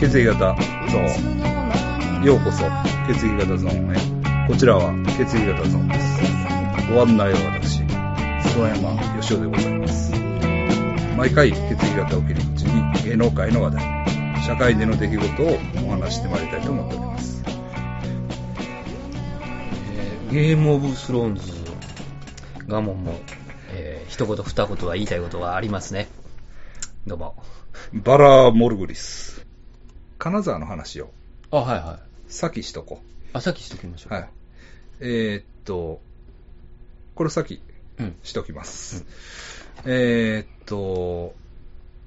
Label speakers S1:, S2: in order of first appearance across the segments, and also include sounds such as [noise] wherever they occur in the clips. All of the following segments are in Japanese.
S1: 血液型ゾーン。ようこそ、血液型ゾーンへ。こちらは血液型ゾーンです。ご案内は私、菅山義雄でございます。毎回、血液型を切り口に芸能界の話題、社会での出来事をお話してまいりたいと思っております。
S2: えーゲームオブスローンズガモンも、えー一言二言は言いたいことがありますね。どうも。
S1: バラー・モルグリス。金沢の話を、
S2: あ、はいはい。
S1: 先しとこ
S2: あ、さっきしときましょ
S1: う。はい。えーっと、これ先
S2: うん。
S1: しときます。えーっと、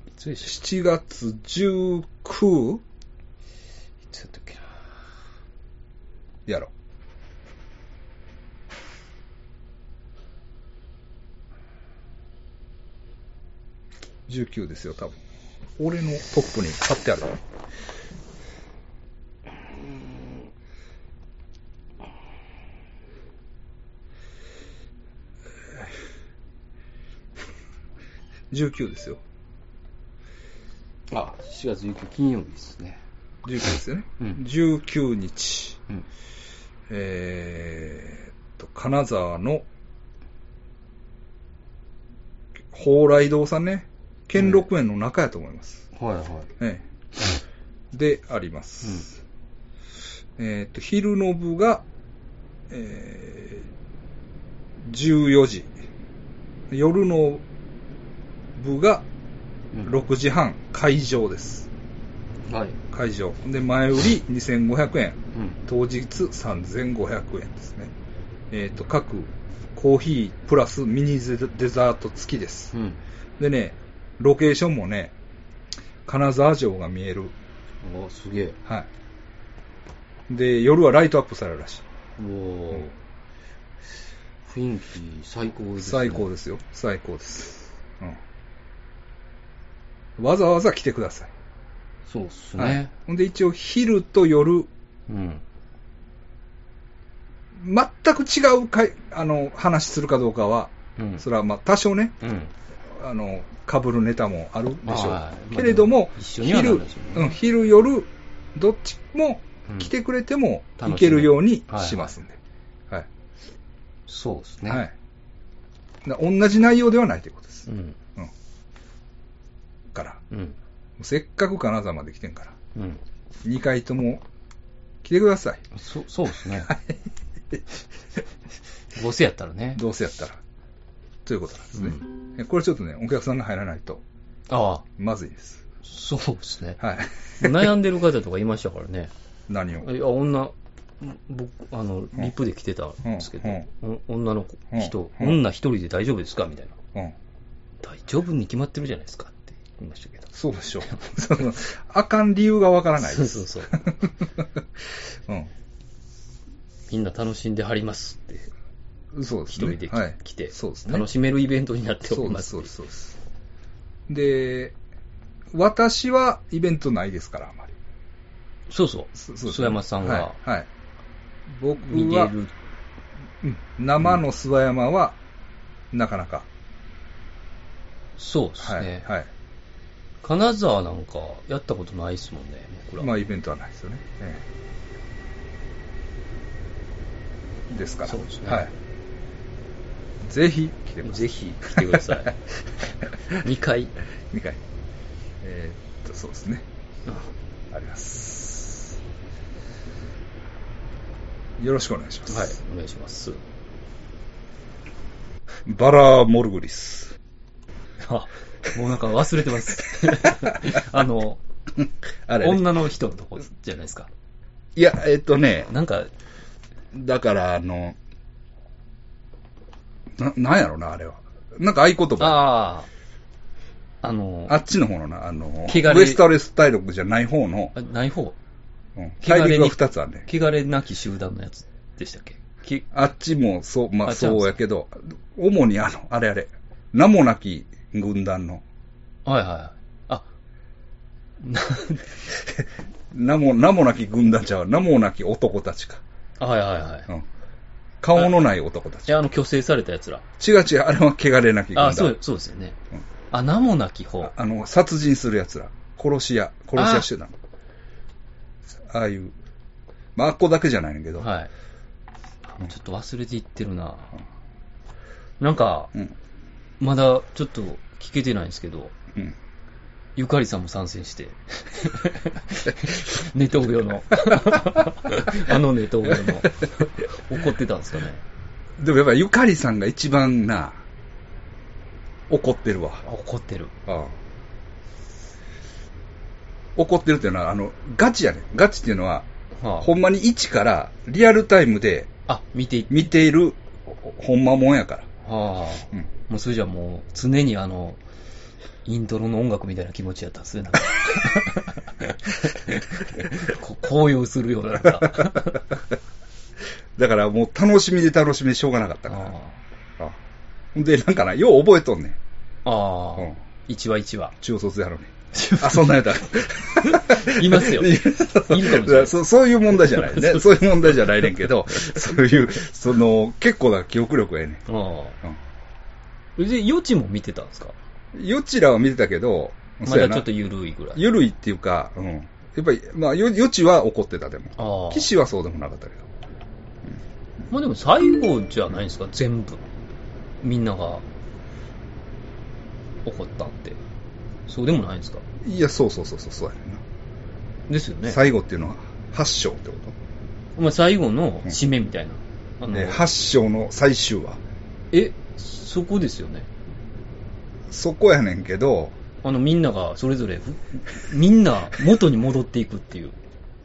S2: いつでし
S1: 7月 19?
S2: ょいつやったっけな。
S1: やろ。19ですよ、多分。俺のトップに貼ってある。19ですよ。
S2: あ、4月19日金曜日ですね。
S1: 19ですよね。
S2: うん
S1: 19日。
S2: うん。
S1: えーっと、金沢の、蓬莱堂さんね、兼六園の中やと思います。
S2: はいは
S1: ええで、あります。えーっと、昼の部が、えー、14時。夜の部が
S2: い。うん
S1: 6時半、会場です。
S2: はい。
S1: 会場。で、前売り2500円。
S2: うん。
S1: 当日3500円ですね。えっ、と、各コーヒープラスミニゼデザート付きです
S2: う。ん。
S1: でね、ロケーションもね、金沢城が見える。
S2: おすげえ。
S1: はい。で、夜はライトアップされるらしい。
S2: おお、雰囲気最高ですね。
S1: 最高ですよ。最高です。うん。わざわざ来てください。
S2: そうっすね。
S1: はい。ほんで、一応昼と夜、
S2: うん。
S1: 全く違うかいあの話するかどうかは、
S2: うん。
S1: それはまあ多少ね、
S2: うん。
S1: あの、被るネタもあるでしょう
S2: まあ。
S1: けれども
S2: まあ、一緒にはな
S1: 昼、
S2: るでしょう
S1: う
S2: ね
S1: ん、昼、夜、どっちも
S2: うん
S1: 来てくれても
S2: 楽し
S1: 行
S2: め
S1: けるようにしますんで。はい。
S2: そうですね。
S1: はい。だ同じ内容ではないということです
S2: う。ん。
S1: うん。から。
S2: うん。
S1: せっかく金沢まで来てんから、
S2: うん。
S1: 2回とも来てください。
S2: そそうですね。どうせやったらね。
S1: [laughs] どうせやったら。ということなんですね。
S2: う
S1: えこれちょっとね、お客さんが入らないと、
S2: ああ、
S1: まずいです。
S2: そうですね。
S1: はい。
S2: 悩んでる方とかいましたからね。
S1: 何を。
S2: いや、女、僕、あの、リップで来てたんですけど、お女の子
S1: うん
S2: 人、
S1: うん
S2: 女一人で大丈夫ですかみたいな。
S1: うん。
S2: 大丈夫に決まってるじゃないですかって言いましたけど。
S1: そうで
S2: [laughs]
S1: しょう。そのあかん理由がわからない
S2: そ
S1: で
S2: う
S1: す。
S2: そうそう。 [laughs]
S1: うん。
S2: みんな楽しんではりますって、
S1: そうです
S2: 一
S1: ね。
S2: 人でき
S1: はい、
S2: 来て、
S1: そうですね。
S2: 楽しめるイベントになって
S1: そ
S2: おり
S1: うで、
S2: ますす
S1: そうです、そう
S2: っていう。
S1: です。で、私はイベントないですから、あまり。
S2: そうそう。
S1: そそうです
S2: 須山さんが
S1: はい。はい、僕
S2: 見れ
S1: は、
S2: る。
S1: うん生の諏訪山は、なかなか。
S2: そうです
S1: はい。
S2: ね。
S1: はい。
S2: 金沢なんかやったことないですもんね、僕ら。
S1: まあ、イベントはないですよね。ええですから。
S2: そうですね
S1: はい。ぜひ来てください。
S2: ぜひ来てくださ
S1: [laughs]
S2: い。2回。
S1: 2回。えーっと、そうですね。
S2: あ
S1: あります。よろしくお願いします。
S2: はい、お願いします。
S1: バラ・モルグリス。
S2: あ、もうなんか忘れて [laughs] ます。あの、
S1: あれね、
S2: 女の人のとこじゃないですか。
S1: いや、えっとね、
S2: なんか、
S1: だから、あの、な、なんやろな、あれは。なんか合言葉。
S2: ああ、あの、
S1: あっちの方のな、あの、
S2: 汚
S1: ウ
S2: れ
S1: エストレス大陸じゃない方の、
S2: あない方、
S1: うん
S2: 汚れに
S1: 大陸が2つあるね。
S2: 汚れなき集団のやつでしたっけき
S1: あっちも、そう、まあ
S2: あちゃうん
S1: そうやけど、主にあの、あれあれ、名もなき軍団の、
S2: はいはい。あ、な
S1: 名も、名もなき軍団ちゃう、名もなき男たちか。
S2: はいはいはい。
S1: うん顔のない男た
S2: い
S1: ち。
S2: や、あの、虚勢されたやつら。
S1: 違う違う、あれは汚れなき軍団。
S2: あ、そう、そうですよね
S1: うん。
S2: あ、名もなき方
S1: あ。あの、殺人する奴ら。殺し屋。殺し屋集団。ああいう、まあ、あっこだけじゃないねんけど、
S2: はい。あもうちょっと忘れていってるな。なんか、
S1: うん、
S2: まだちょっと聞けてないんですけど、
S1: うん。
S2: ゆかりさんも参戦して。 [laughs] ネトウヨの。 [laughs] あのネトウヨの。怒ってたんですかね。
S1: でもやっぱりゆかりさんが一番な、怒ってるわ。
S2: あ怒ってる。
S1: ああ怒ってるっていうのは、あの、ガチやねんガチっていうのは、
S2: はあ、
S1: ほんまに一からリアルタイムで
S2: あ、見ていっ
S1: 見ているほんまもんやから。
S2: はあ。
S1: うん
S2: もうそれじゃもう常にあの、イントロの音楽みたいな気持ちやったんです [laughs] ね、なんか。こう高揚するような、なん [laughs] か。
S1: だからもう楽しみで楽しみでしょうがなかったから。
S2: あ
S1: ああほんで、なんかな、よう覚えとんねん。
S2: あ
S1: うん。
S2: 一話一話。
S1: 中卒やろね。あ、そんなんやった。
S2: いますよ。 [laughs] いるかもしれ
S1: だか
S2: ない
S1: ら。そそういう問題じゃない
S2: [laughs]
S1: ね。そういう問題じゃないねんけど、そういう、その、結構な記憶力やねん。
S2: ああ。で、余地も見てたんですか
S1: うん。よちらは見てたけど、
S2: ま
S1: そうや
S2: だ
S1: な
S2: ちょっと緩いぐらい。
S1: ゆるいっていうか、うん。やっぱり、まあ、よ、余地は怒ってたでも。
S2: ああ。
S1: 騎士はそうでもなかったけど。
S2: まあでも最後じゃないですか、全部。みんなが怒ったって。そうでもないんですか
S1: いや、そうそうそうそう、そうやねんな。
S2: ですよね。
S1: 最後っていうのは、八章ってこ
S2: まあ、最後の締めみたいな。あ
S1: と。
S2: の
S1: で、八章の最終話。
S2: え、そこですよね。
S1: そこやねんけど、
S2: あの、みんながそれぞれ、ふみんな元に戻っていくっていう。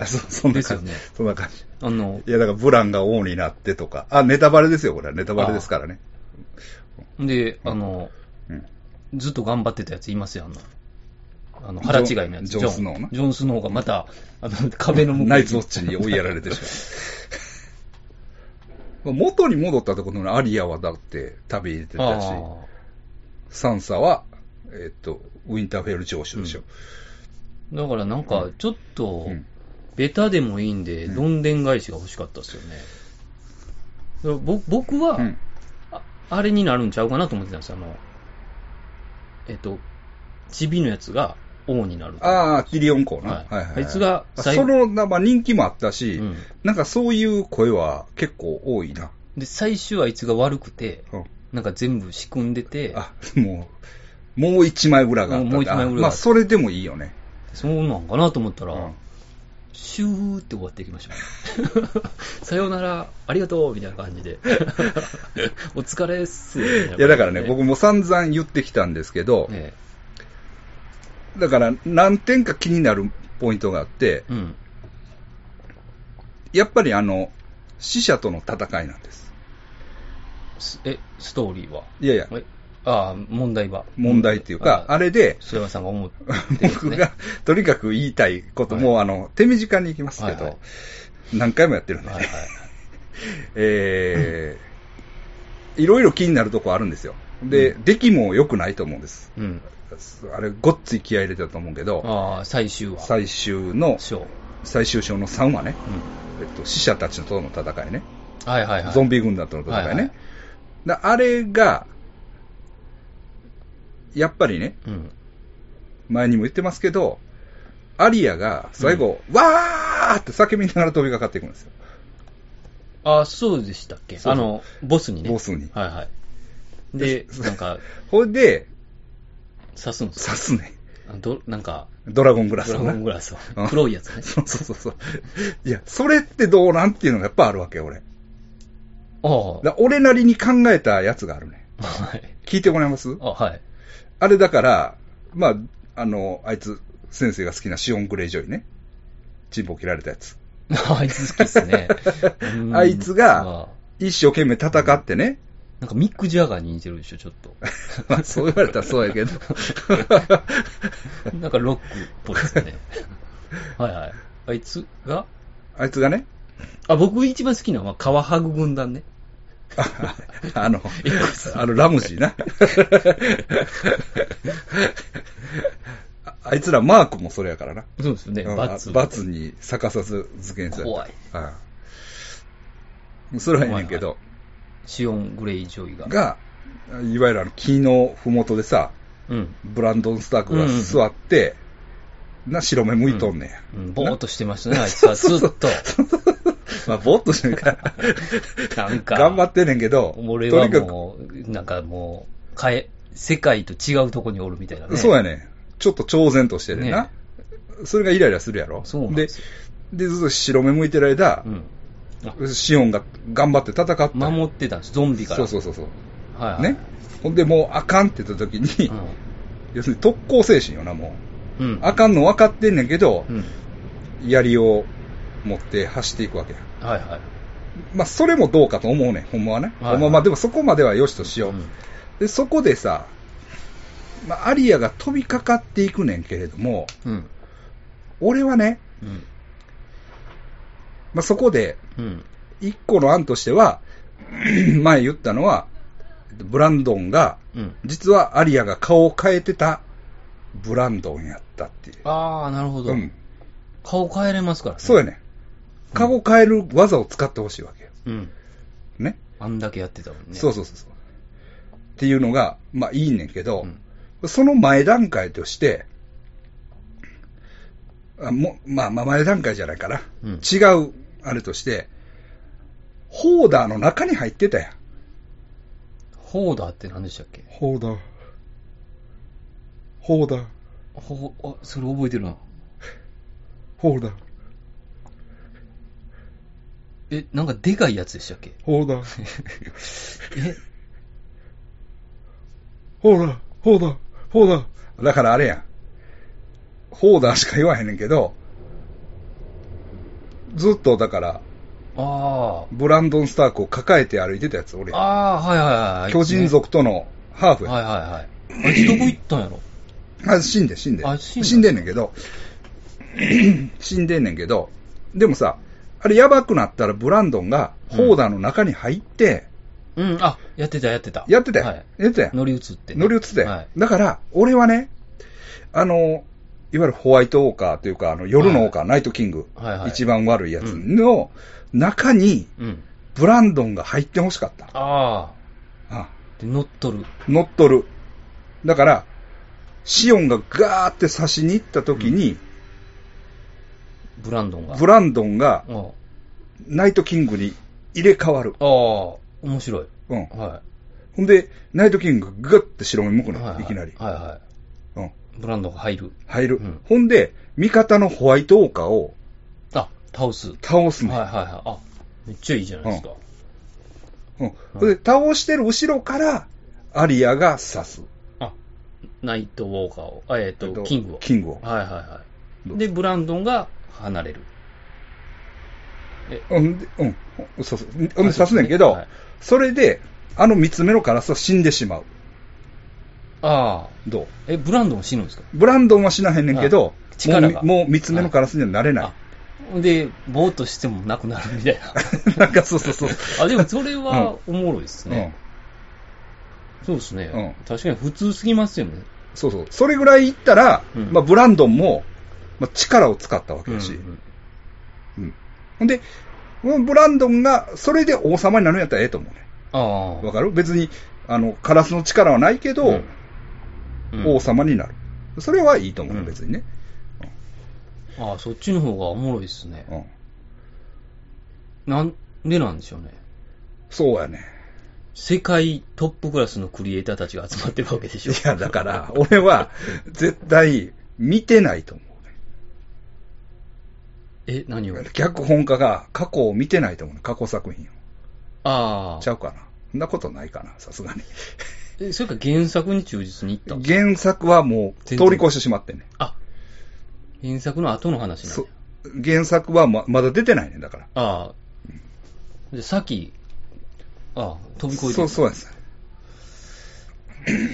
S1: あそそんな感じ、
S2: ですよね
S1: そんな感じ。
S2: あの、
S1: いや、だからブランが王になってとか、あ、ネタバレですよ、これはネタバレですからね。
S2: で、あの、
S1: うん。
S2: ずっと頑張ってたやついますよ、あの。あの腹違いのやつ。
S1: ジョンジョンスノーな
S2: ジョンスノーがまた、あの、壁の向こうに
S1: ナイツウォッチに追いやられてし [laughs] まう。まあ元に戻ったところのアリアはだって旅に出てたし、
S2: あ
S1: サンサは、えっと、ウィンターフェル城主でしょ。
S2: あだからなんか、ちょっと、
S1: うん
S2: ベタでもいいんで、
S1: うん
S2: どんでん返しが欲しかったですよね。だからぼ僕は、
S1: うん
S2: あ、あれになるんちゃうかなと思ってたんですよ。あの、えっと、チビのやつが王になる。
S1: ああ、キリオン公な。
S2: はいあいつが
S1: あ
S2: 最後
S1: その、なまあ、人気もあったし、
S2: うん
S1: なんかそういう声は結構多いな。
S2: で、最終あいつが悪くて、
S1: うん
S2: なんか全部仕組んでて、
S1: あ、もう、もう一枚裏があったんだ
S2: もう一枚裏があった
S1: まあ、それでもいいよね。
S2: そうなんかなと思ったら、
S1: うん
S2: シューって終わっていきましたね、 [laughs] さようなら、ありがとうみたいな感じで。 [laughs] お疲れっす。
S1: いや、だからね、僕も散々言ってきたんですけど、
S2: え
S1: だから何点か気になるポイントがあって、
S2: えうん。
S1: やっぱりあの、死者との戦いなんです。
S2: すえ、ストーリーはい
S1: やいや、
S2: えああ、問題は。
S1: 問題っていうか、
S2: あ
S1: あれで、
S2: 須山さんが思う。
S1: 僕がとにかく言いたいことも、あの、手短に行きますけど、
S2: はいは
S1: 何回もやってるんでね、
S2: はいはい。
S1: えーいろいろ気になるとこあるんですよ。で、出来も良くないと思うんです。
S2: うん。
S1: あれ、ごっつい気合い入れてたと思うけど、
S2: ああ、最終話。
S1: 最終の、
S2: 章。
S1: 最終章の3話ね、
S2: う
S1: えっと、死者たちとの戦いね。
S2: ん。はいはいはい。
S1: ゾンビ軍団との戦いね。
S2: はいはい
S1: だあれが、やっぱりね、
S2: うん。
S1: 前にも言ってますけど、アリアが最後、わーって叫びながら飛びかかっていくんですよ。
S2: ああ、そうでしたっけ
S1: そうそう
S2: あの、ボスにね。
S1: ボスに
S2: はいはい。で、なんか、
S1: ほいで、
S2: 刺すんです
S1: 刺すね。
S2: あどなんか、
S1: ドラゴングラスを
S2: ドラゴ
S1: な
S2: ングラス
S1: うん
S2: を。黒いやつね。
S1: そうそうそうそう。いや、それってどうなんっていうのがやっぱあるわけよ、俺。
S2: ああ。
S1: だ俺なりに考えたやつがあるね。
S2: はい。
S1: 聞いてもらえます
S2: あ、はい。
S1: あれだから、まあ、あの、あいつ、先生が好きなシオン・グレイ・ジョイね。チンポ切られたやつ。。
S2: あいつ好きっすね
S1: [laughs] あいつが
S2: うん、あ
S1: 一生懸命戦ってね。
S2: なんかミック・ジャガーに似てるでしょ、ちょっと。
S1: [laughs] まあ、そう言われたらそうやけど。
S2: なんかロックっぽいです
S1: [laughs]
S2: ね。はいはい。あいつが
S1: [laughs] あいつがね、 [laughs]
S2: あ、僕一番好きなのはカワハグ軍団ね。
S1: ああの
S2: X、
S1: あの、ラムジーな。 [laughs] ああいつらマークもそれやからな。
S2: そうですよね、
S1: うん
S2: バツ。
S1: バツに逆さず付けにされた
S2: 怖い。
S1: うんそれはいいねんけど、
S2: シオン・グレイ・ジョイが。
S1: が、いわゆるあの、木のふもとでさ、
S2: うん。
S1: ブランドン・スタークが座って、な、白目向いとんねん。
S2: うん、ぼーっとしてましたね、あいつは。ずっと。
S1: まあ、ぼーっとしてる [laughs] から、
S2: なんか、
S1: 頑張ってんねんけど、
S2: 俺
S1: と
S2: は
S1: にか
S2: もう、なんかもう、変え、世界と違うとこにおるみたいなね。
S1: く、そうやねん。ちょっと超然としてるな。
S2: ね
S1: それがイライラするやろ。
S2: そうなんですよ。
S1: で、でずっと白目向いてる間
S2: う、ん。
S1: シオンが頑張って戦った。
S2: 守ってたんです、ゾンビから。
S1: そうそうそうそう。
S2: はいはい。
S1: ね。ほんで、もうあかんって言った時に、要するに特攻精神よな、も
S2: うん。う
S1: う。
S2: ん。
S1: あかんの分かってんねんけど
S2: う、ん。
S1: 槍を持って走っていくわけや。
S2: はいはい。
S1: まあ、それもどうかと思うねん、ほんまはね。
S2: はいはい
S1: ほんままあ、でもそこまではよしとしよう。
S2: うん
S1: で、そこでさ、まあ、アリアが飛びかかっていくねんけれども、
S2: うん。
S1: 俺はね、
S2: うん。
S1: まあ、そこで、
S2: うん。
S1: 一個の案としては、 [clears throat] 前言ったのは、ブランドンが、
S2: うん。
S1: 実はアリアが顔を変えてたブランドンやったっていう。
S2: ああ、なるほど。
S1: うん。
S2: 顔変えれますからね。
S1: そうや。ね。顔を変える技を使ってほしいわけよ。
S2: うん。
S1: ね。
S2: あんだけやってたもんね。
S1: そう
S2: そ
S1: そうそうそう。っていうのが、まあいいねんけど、
S2: ん
S1: その前段階として、あもまあ、まあ前段階じゃないかな。
S2: うん
S1: 違う、あれとして、ホーダーの中に入ってたやん。
S2: ホーダーって何でしたっけ
S1: ホーダー。ホーダー。
S2: ほ、あ、それ覚えてるな。
S1: ホーダー。
S2: え、なんかでかいやつでしたっけ [laughs]
S1: ホーダー。
S2: え、
S1: ホーダー。ホーダー。ホーダー。だからあれやん。ホーダーしか言わへんねんけど、ずっとだから、
S2: あ
S1: ブランドン・スタークを抱えて歩いてたやつ、俺
S2: あ。。ああ、はいはいはい。
S1: 巨人族とのハーフや。
S2: はいはいはい。あいつどこ行ったんやろ
S1: あ死んでん、死んで
S2: あ
S1: ん。
S2: 死んだ
S1: 死んでんねんけ
S2: [clears throat]
S1: ど、死んでんねんけど、でもさ、あれやばくなったらブランドンがホーダーの中に入って、
S2: うん、あ、やってたやってた。
S1: やってたよ。
S2: はい。
S1: やってたよ。
S2: 乗り移ってね。
S1: 乗り移ってたよ。
S2: はい。
S1: だから、俺はね、あの、いわゆるホワイトウォーカーというか、あの夜のウォーカー、ナイトキング、
S2: はいはい
S1: 一番悪いやつの中に、
S2: うん。
S1: ブランドンが入ってほしかった。
S2: ああ。
S1: あ
S2: で、乗っ取る。
S1: 乗っ取る。だから、シオンがガーって刺しに行った時に、
S2: ブランドンが。
S1: ブランドンが
S2: うんあ
S1: ナイトキングに入れ替わる。
S2: あ、面白い。
S1: うん。
S2: は
S1: ほんで、ナイトキングがガッて白目向く
S2: い。は
S1: の、いきなり。
S2: はいは
S1: うん。
S2: い。ブランドンが入る。
S1: 入る。
S2: うん
S1: ほんで、味方のホワイトウォーカーを
S2: あ、倒す。はい
S1: 倒す
S2: はい
S1: の。
S2: はい。あ、めっちゃいいじゃないですか。
S1: うん。ほんで、倒してる後ろから、アリアが刺す。
S2: あ、ナイトウォーカーを。あえっ
S1: えっ
S2: と、
S1: と
S2: キングを。
S1: キングを。
S2: はいはいはい。で、ブランドンが離れる。
S1: うん。でうん。そうそう。ほんで刺すねんけど、
S2: はい
S1: それで、あの三つ目のカラスは死んでしまう。
S2: ああ。
S1: どう
S2: え、ブランドンは死ぬんですか
S1: ブランドンは死なへんねんけど、
S2: あ力が
S1: もうもう三つ目のカラスにはなれない。 [laughs]
S2: あで、ぼーっとしてもなくなるみたいな。
S1: なんかそうそうそう。
S2: あ、でもそれはおもろいです
S1: うん
S2: ね。。そうですね、
S1: うん
S2: 確かに普通すぎますよね。
S1: そうそう。それぐらいいったら、
S2: うん
S1: まあ、ブランドンも、まあ、力を使ったわけだし。
S2: うんうん
S1: うんほんで、うんブランドンが、それで王様になるんやったらええと思うね。
S2: ああ。
S1: わかる別に、あの、カラスの力はないけど、
S2: うんうん
S1: 王様になる。それはいいと思うね、
S2: うん
S1: 別にね。
S2: ああ、そっちの方がおもろいですね
S1: う。ん。
S2: なんでなんでしょうね。
S1: そうやね。
S2: 世界トップクラスのクリエイターたちが集まってるわけでし
S1: い
S2: ょ。
S1: や、だから、 [laughs] 俺は、絶対、見てないと思
S2: え、何を
S1: うね。脚本家が過去を見てないと思うね。過去作品
S2: あ
S1: を。ちゃ
S2: あ。
S1: うかな。そんなことないかな、さすがに。
S2: えそれか原作に忠実にいったんです
S1: 原作はもう、通り越してしまってんね。
S2: あ、原作の後の話なんだ
S1: そ。原作はままだ出てないね、だから。
S2: ああ。で、さっき、ああ、飛び越えて
S1: そう、そうです。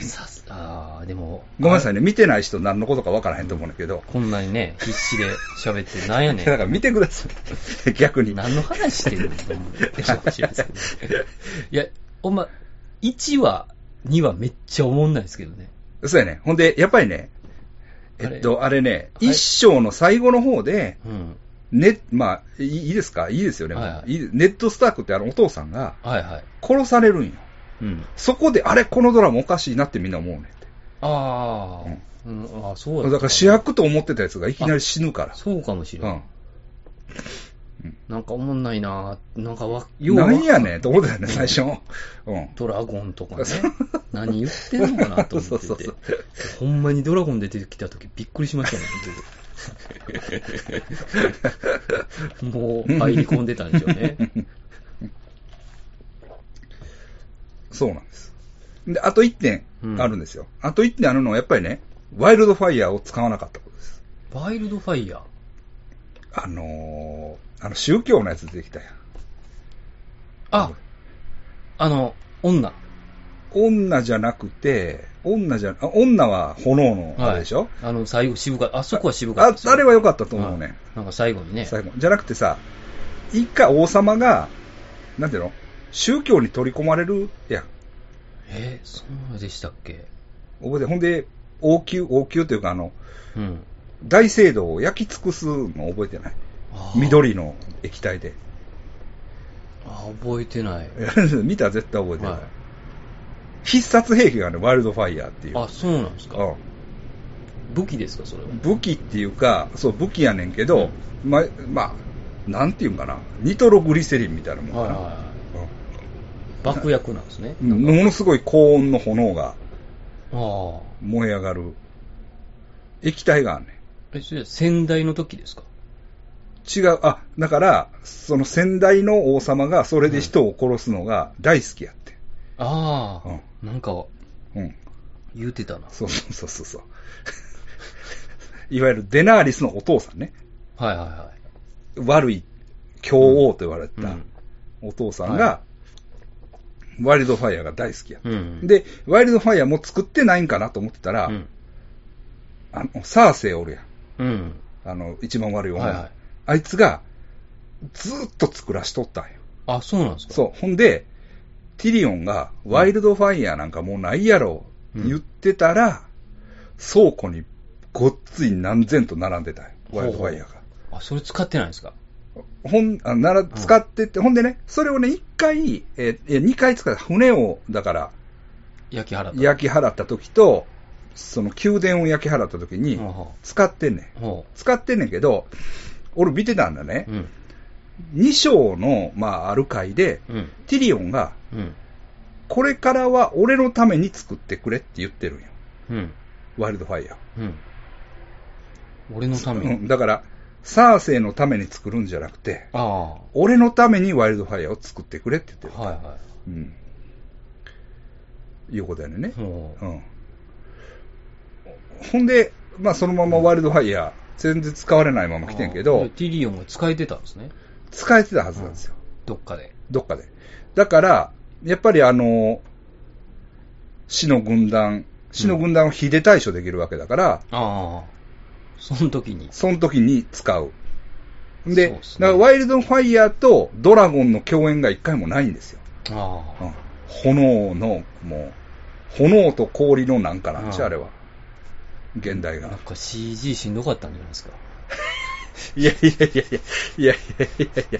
S2: さすああ、でも、
S1: ごめんなさ
S2: い。
S1: いね、見てない人何のことかわからへんと思うんだけど。
S2: こんなにね、必死で喋って、なんやね
S1: だか
S2: ん。
S1: ら見てください。 [laughs] 逆に。
S2: 何の話してるのと思ってしまうしれないですけど
S1: [laughs]
S2: ねいや、ほんま、1話、2話めっちゃ思んないですけどね。
S1: そうやね。ほんで、やっぱりね、
S2: あれ
S1: えっと、あれね、
S2: はい
S1: 一章の最後の方で、
S2: うん。
S1: ね、まあ、いいいですかいいですよね、
S2: はいはい
S1: いでネットスタークってあのお父さんが
S2: はいはい。
S1: 殺されるんよ。
S2: うん。
S1: そこで、あれ、このドラマおかしいなってみんな思うねんて。
S2: あああ、うん、ああ、そう
S1: だ
S2: だ。
S1: から主役と思ってたやつがいきなり死ぬから。
S2: そうかもしれ。
S1: うんん。
S2: なんかおもんないななんかわ、ようわ
S1: 何やねんと思ってたよね、最初。うん。
S2: ドラゴンとかね。何言ってんのかなと思ってて。
S1: そうそう
S2: ほんまにドラゴン出てきた時びっくりしましたね、
S1: [laughs]
S2: 僕もう入り込んでたんでしょうね。
S1: そうなんです。で、あと1点
S2: うん
S1: あるんですよ。あと1点あるのは、やっぱりね、ワイルドファイヤーを使わなかったことです。
S2: ワイルドファイヤー。
S1: あのー、あの宗教のやつ出てきたやん。
S2: あ、あの、女。
S1: 女じゃなくて、女じゃ、あ女は炎のあれでしょ、
S2: あの、最後渋かった。あそこは渋かった
S1: あ
S2: ですよ
S1: あれは良かったと思うね。
S2: あなんか最後にね。
S1: 最後。じゃなくてさ、一回王様が、なんていうの宗教に取り込まれるやん。
S2: えー、そんなでしたっけ
S1: 覚えて、ほんで、王宮、王宮というか、あの、
S2: うん。
S1: 大聖堂を焼き尽くすの覚えてない
S2: あー。
S1: 緑の液体で。 [laughs]
S2: あー、覚えてない。
S1: 見たら絶対覚えてる、
S2: はい
S1: 必殺兵器がね、ワイルドファイヤーっていう。
S2: あ、そうなんですか。
S1: うん
S2: 武器ですか、それは。
S1: 武器っていうか、そう、武器やねんけど、ま、まあ、なんていうんかな、ニトログリセリンみたいなもん
S2: はい
S1: か
S2: は
S1: な。
S2: いはい。爆薬なんですね。
S1: うんものすごい高温の炎が
S2: ああ。
S1: 燃え上がる液体があんねん。
S2: え、それ先代の時ですか
S1: 違う、あ、だから、その先代の王様がそれで人を殺すのが大好きやって。
S2: ああ、なんか、
S1: うん。
S2: 言うてたな。
S1: そうそうそうそう [laughs] そう。いわゆるデナーリスのお父さんね。
S2: はいはいはい。
S1: 悪い強王と言われた
S2: うん
S1: お父さんが、ワイルドファイヤーが大好きや。
S2: うん。、
S1: で、ワイルドファイヤーも作ってないんかなと思ってたら、
S2: うん。
S1: あの、サーセイおるやん。
S2: うん。
S1: あの、一番悪い女。
S2: はいはい
S1: あいつが、ずーっと作らしとったんよ。
S2: あ、そうなんですか
S1: そう。ほんで、ティリオンが、ワイルドファイヤーなんかもうないやろ、
S2: うん
S1: 言ってたら、倉庫にごっつい何千と並んでたんよ。ワイルドファイヤーが。
S2: あ、それ使ってないんですか
S1: ほん、あなら、使ってって、ほんでね、それをね、一回、えー、いや二回使った船を、だから、
S2: 焼き払った。
S1: 焼き払った時と、その宮殿を焼き払った時に
S2: ほう、ほ
S1: 使ってんねん。
S2: うほ
S1: 使ってんねんけど、俺見てたんだね
S2: う。。うん。
S1: 2章の、まあ、ある回で、
S2: うん。
S1: ティリオンが、
S2: うん。
S1: これからは俺のために作ってくれって言ってるんよ。
S2: うん。
S1: ワイルドファイヤ
S2: うん。俺のた
S1: ー。
S2: め
S1: う
S2: に。
S1: ん、だから、サーセイのために作るんじゃなくて、
S2: ああ。は
S1: 俺のためにワイルドファイヤーを作ってくれって言って
S2: い
S1: る。
S2: は
S1: うん。いうことやねんね
S2: い。。ほ
S1: うん。ほんで、まあそのままワイルドファイヤー、全然使われないま
S2: う。
S1: ま来てんけ
S2: ああ
S1: ど、
S2: ティリオンが使えてたんですね。
S1: 使えてたはずなんですよ。
S2: どっかで。
S1: どっかで。だから、やっぱりあの、死の軍団、死の軍団を非で対処できるわけだから、
S2: ああ。その時に。
S1: その時に使う。で、
S2: そうっすね
S1: だからワイルドファイヤーとドラゴンの共演が一回もないんですよ。
S2: あ
S1: う
S2: あ。
S1: ん炎の、もう、炎と氷のなんかなんち
S2: う
S1: ゃ、
S2: ん
S1: あれは。現代が
S2: なん。か CG しんどかったんじゃないですか。
S1: いやいやいやいや、いやいやいやいや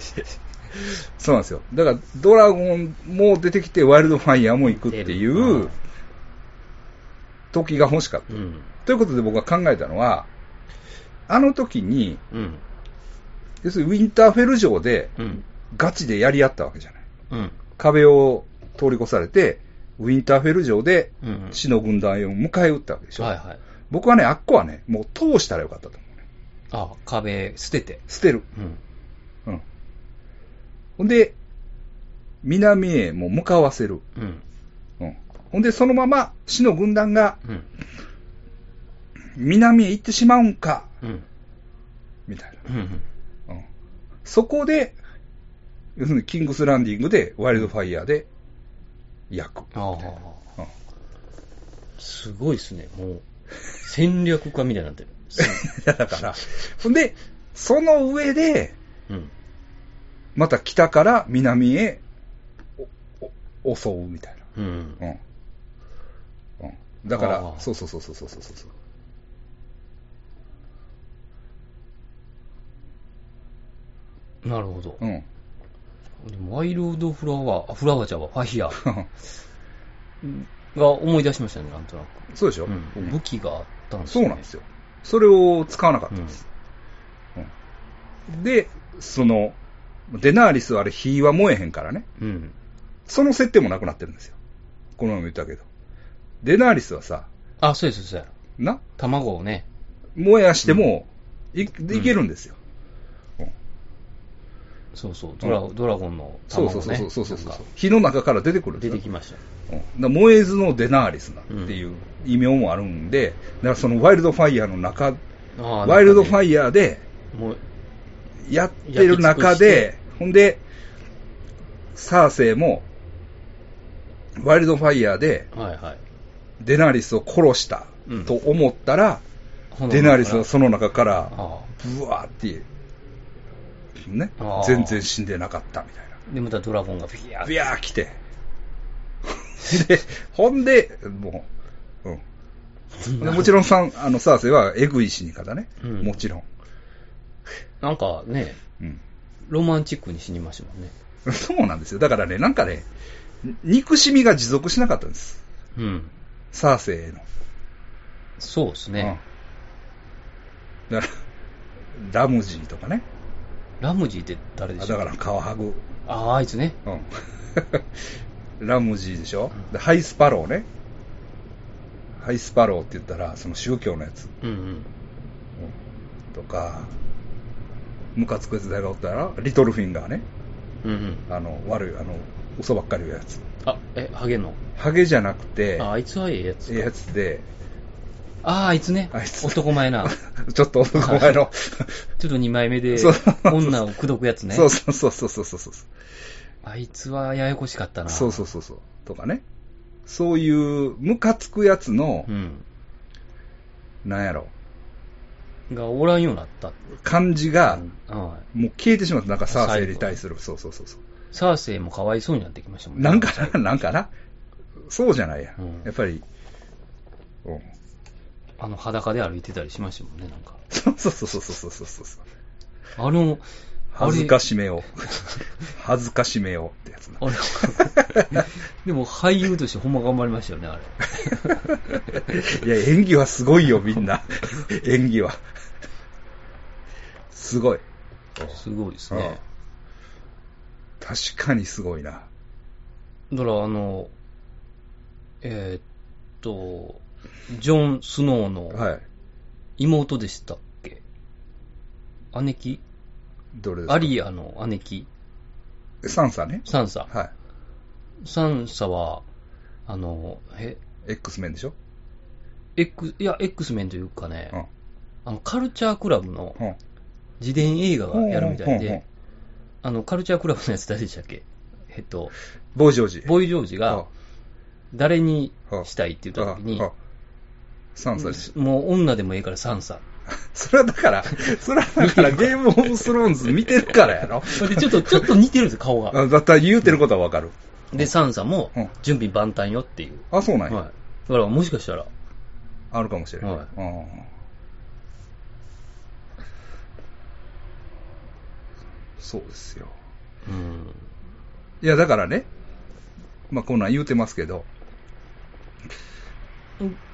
S1: そうなんですよ。だから、ドラゴンも出てきて、ワイルドファイヤーも行くってい
S2: 出る
S1: う時が欲しかった。
S2: うん。
S1: ということで僕が考えたのは、あの時に、
S2: うん。
S1: 要するにウィンターフェル城で
S2: うん。
S1: ガチでやり合ったわけじゃない。
S2: うん。
S1: 壁を通り越されて、ウィンターフェル城で
S2: うん。
S1: 死の軍団を迎え撃ったわけでしょ。
S2: はいはい。
S1: 僕はね、あっこはね、もう通したらよかったと思うね。
S2: ああ、壁捨てて。
S1: 捨てる。
S2: うん。
S1: うん。ほんで、南へもう向かわせる。
S2: うん。
S1: うん。ほんで、そのまま死の軍団が
S2: うん。
S1: 南へ行ってしまうんか、
S2: うん。
S1: みたい
S2: うん。
S1: な。うん。そこで、要するにキングスランディングで、ワイルドファイヤーで焼く。 [laughs]
S2: あ
S1: う
S2: あ。
S1: ん
S2: すごいですね。もう、戦略家みたいになってる。
S1: いやだから、ほんで、その上で、
S2: うん。
S1: また北から南へおお襲うみたい
S2: うん。
S1: な。うん。うん。だか
S2: あ
S1: ら、
S2: あ
S1: そうそうそうそうそうそうそう。
S2: なるほど。
S1: うん。
S2: でもワイルドフラワー、あフラワーちゃんはファイヤー。が思い出しましたね、なんとなく。
S1: そうでしょ、
S2: う、
S1: うんん
S2: 武器があったんです
S1: そ
S2: よ、
S1: う
S2: ね。
S1: なんですよ。それを使わなかったんです。うんで、その、デナーリスはあれ、火は燃えへんからね。
S2: うん。
S1: その設定もなくなってるんですよ。この前も言ったけど。デナーリスはさ、
S2: あ、そうです、そうです。
S1: な、
S2: 卵をね。
S1: 燃やしても、いいけるんですよ。
S2: そうそう、ドラ,、
S1: うん
S2: ドラゴンの
S1: そう
S2: 卵、ね。
S1: そうそうそうそうそう
S2: なんか。
S1: 火の中から出てくるんです
S2: 出
S1: よ
S2: てきました。
S1: うんだから燃えずのデナーリスなんていう異名もあるんで、だからそのワイルドファイヤーの中、
S2: あ
S1: ワイルドファ
S2: イ
S1: イヤーで
S2: もう、
S1: やってる中
S2: 焼き尽
S1: で、ほんで、サーセイも、ワイルドファイヤーで
S2: はいはい。
S1: デナーリスを殺した
S2: うん
S1: と思ったら、
S2: 炎
S1: デナーリス
S2: の
S1: はその中から、
S2: あ
S1: ブワーって、ね
S2: あー、
S1: 全然死んでなかったみたいな。
S2: あ。で、またドラゴンがビヤー
S1: ビャー来て。 [laughs] で、ほんで、もう、うん。でもちろんさん、あの、サーセイはエグい死に方ね。
S2: うん
S1: もちろん。
S2: なんかね、
S1: うん。 [laughs]
S2: ロマンチックに死にましたもんね。
S1: そうなんですよ。だからね、なんかね、憎しみが持続しなかったんです。
S2: うん。
S1: サーセイへの。
S2: そうですね。
S1: うん。だから、ラムジーとかね。
S2: ラムジーって誰でし
S1: あ
S2: ょう
S1: だから、カワハグ。
S2: ああ、あいつね。
S1: うん。 [laughs] ラムジーでしょ
S2: うん
S1: で、ハイスパローね。ハイスパローって言ったら、その宗教のやつ。
S2: うんうん。
S1: とか、ムカつくやつ誰がおったら、リトルフィンガーね。
S2: うんうん。
S1: あの、悪い、あの、嘘ばっかり言うやつ。
S2: あ、え、ハゲの。
S1: ハゲじゃなくて、
S2: あ、あいつはええやつ
S1: ええ。やつで、
S2: ああ、あいつね。
S1: あいつ
S2: 男
S1: [laughs]
S2: 前な。
S1: ちょっと男前の、
S2: ちょっと二枚目で
S1: そう、
S2: 女を口説くやつ
S1: [laughs]
S2: ね。
S1: そうそうそうそうそうそうそう。
S2: あいつはややこしかったな。
S1: そうそうそうそう。とかね。そういう、ムカつくやつの
S2: う。、ん。
S1: なんやろ、
S2: がおらんようになった。
S1: 感じが、
S2: はい。
S1: もう消えてしまった。なんかサーセイ
S2: 最後
S1: に対する、そうそうそうそう。
S2: サーセイもかわいそうになってきましたもんね。
S1: なんかな、なんかな。そうじゃないや。
S2: うん
S1: やっぱり、
S2: [laughs]
S1: うん。
S2: あの裸で歩いてたりしましたもんね、なんか。
S1: そうそうそうそうそうそうそうそう。
S2: あの、あれ
S1: 恥ずかしめよう。恥ずかしめようってやつな。
S2: あれ、
S1: [laughs]
S2: でも俳優としてほんま頑張りましたよね、あれ。
S1: いや、演技はすごいよ、みんな。演技は。すごい。
S2: すごいですね。
S1: 確かにすごいな。
S2: だから、あの、えーっと、ジョン・スノーの
S1: はい。
S2: 妹でしたっけ、姉貴
S1: どれですか
S2: アリアの姉貴、
S1: サンサね。
S2: サンサ。
S1: は
S2: サンサは、あの、え、
S1: い。X メンでしょ
S2: X、いや、X メンというかね、
S1: うん。
S2: あの、カルチャークラブの
S1: うん
S2: 自伝映画がやるみたい
S1: うんうんうんうん
S2: で、あの、カルチャークラブのやつ誰でしたっけえっと、
S1: ボーイジョージ。
S2: ボーイ・ジョージ
S1: うん
S2: が、誰にしたいって言った時に
S1: うんう、んサンサです。
S2: もう女でもいいからサンサ。
S1: それはだから、それはだからゲームオブスローンズ見てるからやろ。
S2: で、ちょっと、ちょっと似てるんですよ、顔が。
S1: あだったら言うてることはわかる。
S2: で、サンサも
S1: [laughs] うん、
S2: 準備万端よっていう。
S1: あ、そうな
S2: は
S1: ん
S2: い。
S1: や。
S2: だから、もしかしたら、
S1: あるかもしれない。
S2: はい
S1: うんそうですよ。
S2: うん。
S1: いや、だからね、まあ、こんなん言うてますけど、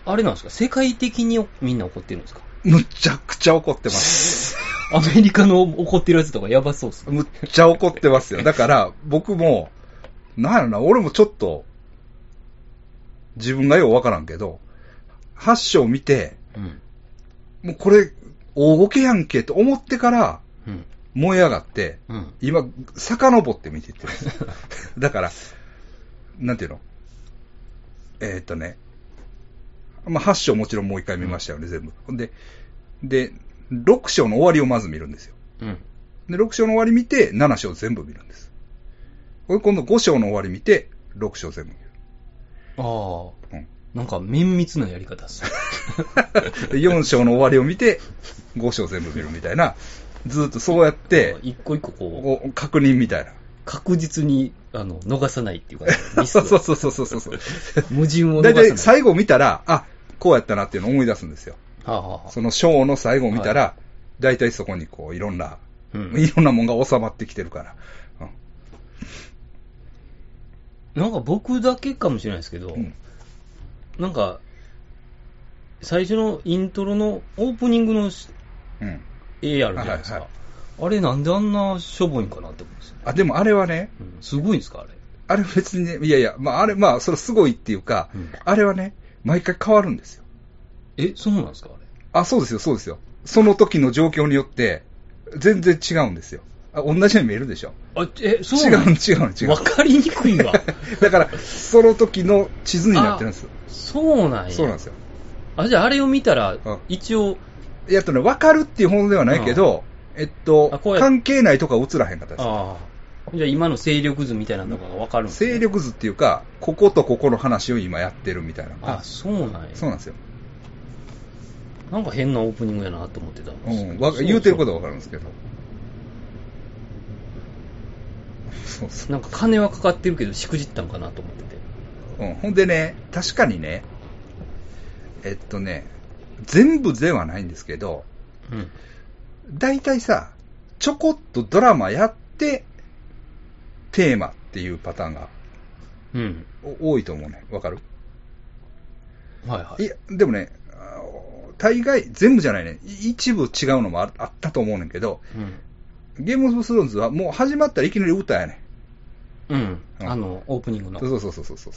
S2: あれなんですか世界的にみんな怒ってるんですか
S1: むっちゃくちゃ怒ってます。
S2: アメリカの怒ってるやつとかやばそうっすね。
S1: むっちゃ怒ってますよ。だから、僕も、なんやろな、俺もちょっと、自分がようわからんけど、8章見て、
S2: うん。
S1: もうこれ、大ごけやんけと思ってから、
S2: うん。
S1: 燃え上がって、
S2: うん。
S1: 今、遡って見ていっ
S2: [laughs]
S1: てるんですよだから、なんていうのえーっとね、まあ、8章もちろんもう一回見ましたよね、全部。ほんで、で、6章の終わりをまず見るんですよ。
S2: うん。
S1: で、6章の終わり見て、7章全部見るんです。これ今度5章の終わり見て、6章全部見る。
S2: ああ。
S1: うん
S2: なんか綿密なやり方っすね。
S1: で4章
S2: [laughs]
S1: の終わりを見て、5章全部見るみたいな、ずーっとそうや
S2: [laughs]
S1: って、
S2: 一個一個こう、
S1: お確認みたいな。
S2: 確実に、あの、逃さないっていうか、
S1: [laughs]
S2: ミス
S1: そ
S2: を
S1: うそうそうそうそうそう。
S2: 矛盾を逃
S1: だい
S2: さ
S1: た
S2: ないい。
S1: 最後見たら、あ、こうやったなっていうのを思い出すんですよ。
S2: はあ、はあ、
S1: そのショーの最後を見たら、だいたいそこにこう、いろんな、 [laughs]
S2: うん。
S1: いろんなもんが収まってきてるから。うん
S2: なんか僕だけかもしれないですけど、
S1: うん
S2: なんか、最初のイントロのオープニングのし
S1: うん。
S2: 絵あるじゃないですか。
S1: はいは
S2: あれなんであんなしょぼいんかなって思うんですよ。
S1: あ、でもあれはね、
S2: うんすごいんですか、あれ。
S1: あれ別にね、いやいや、まああれ、まあそれすごいっていうか、
S2: うん
S1: あれはね、毎回変わるんですよ。
S2: え、そうなんですか、あれ。
S1: あ、そうですよ、そうですよ。その時の状況によって、全然違うんですよ。あ同じように見えるでしょ。
S2: あ、え、そ
S1: 違
S2: う
S1: う
S2: な
S1: の、違
S2: ん
S1: うの、違うの。
S2: わかりにくい
S1: [laughs]
S2: わ。
S1: だから、その時の地図になってるんですよ。
S2: そうなんや。
S1: そうなんですよ。
S2: あ、じゃああれを見たら
S1: うん、
S2: 一応、
S1: いやっとね、分かるっていうほどではないけど、えっと
S2: あこう、や
S1: 関係ないとか映らへんかったです。
S2: ああ。じゃあ今の勢力図みたいなのがわかるんですね
S1: 勢力図っていうか、こことここの話を今やってるみたいなのが
S2: あ、そうなんや。
S1: そうなんですよ。
S2: なんか変なオープニングやなと思ってたん
S1: う
S2: です
S1: ん、わか言うてることは
S2: は
S1: 分かるんですけど。そうそう。
S2: なんか金はかかってるけど、しくじったんかなと思ってて。
S1: うん、ほんでね、確かにね、えっとね、全部ではないんですけど、
S2: うん。
S1: 大体さ、ちょこっとドラマやって、テーマっていうパターンが
S2: うん。
S1: お多いと思うね。わかる
S2: はいはい
S1: い。や、でもね、あー大概、全部じゃないね。い一部違うのもああったと思うねんけど、
S2: うん。
S1: ゲームオブスローンズはもう始まったらいきなり歌やね
S2: うん。
S1: うん
S2: あの、オープニング
S1: ん。
S2: の。
S1: そうそうそうそうそう。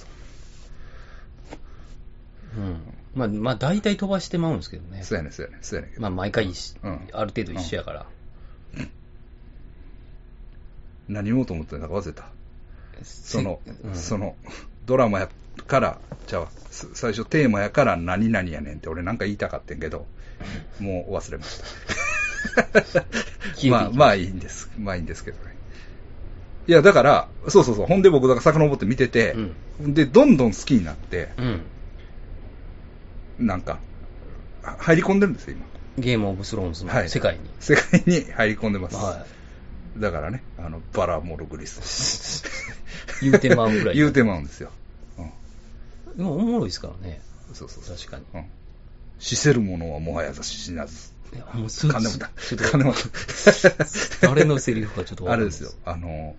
S2: うん。まあ、まあ、大体飛ばしてまうんですけどね。
S1: そうやねん、そうやねん、そうやねんけど。
S2: まあ、毎回一緒
S1: うん
S2: ある程度一緒やから。
S1: 何言おうと思ってんだか忘れた。その、
S2: [laughs] うん
S1: その、ドラマやから、じゃあ、す最初テーマやから何々やねんって俺なんか言いたかってんけど、もう忘れました。
S2: [laughs] 消えていきま
S1: まあ、
S2: した
S1: まあいいんです。まあいいんですけどね。いや、だから、そうそうそう。ほんで僕、だから遡って見てて、で、どんどん好きになって、
S2: うん。
S1: なんか、は入り込んでるんですよ、今。
S2: ゲームオブスローンズ
S1: は
S2: の
S1: い
S2: 世界に。
S1: 世界に入り込んでます。
S2: は
S1: だからね、あの、バラモルグリス。
S2: い。言うてまうぐらい。
S1: 言うてまうんですよ。うん。
S2: でもおもろいですからね。
S1: そうそうそう。
S2: 確かに。
S1: うん。死せる者はもはや死なず。
S2: いやもうす
S1: 金もだ。
S2: ちょっと
S1: 金もだ。
S2: [laughs] 誰のセリフかちょっと
S1: [laughs]
S2: わ
S1: あ
S2: かんな
S1: れで
S2: い
S1: すよ、あの、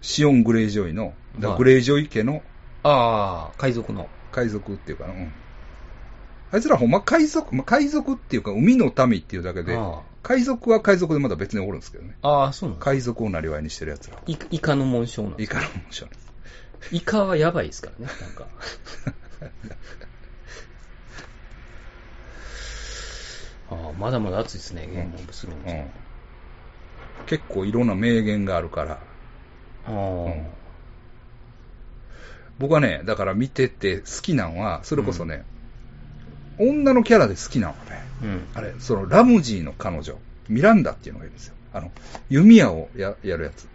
S1: シオン・グレイジョイの、だからグレイジョイ家の
S2: ああ、海賊の。
S1: 海賊っていうかな、うん。あいつらほんま海賊、まあ、海賊っていうか海の民っていうだけで
S2: ああ、
S1: 海賊は海賊でまた別におるんですけどね。
S2: ああ、そうなんだ
S1: 海賊をなりわいにしてる奴らは。
S2: イカイカの紋章なん
S1: い
S2: で
S1: い
S2: すか
S1: から面白いです。
S2: イカはやばいですからね、なんか。 [laughs] ああ、まだまだ熱いですね、ゲームオブスローンズ。
S1: うん結構いろんな名言があるから、
S2: ああ、
S1: 僕はね、だから見てて好きなんは、それこそね、女のキャラで好きなんはね、
S2: うん。
S1: あれ、そのラムジーの彼女、ミランダっていうのがいるんですよ。あの、弓矢をややるやつ。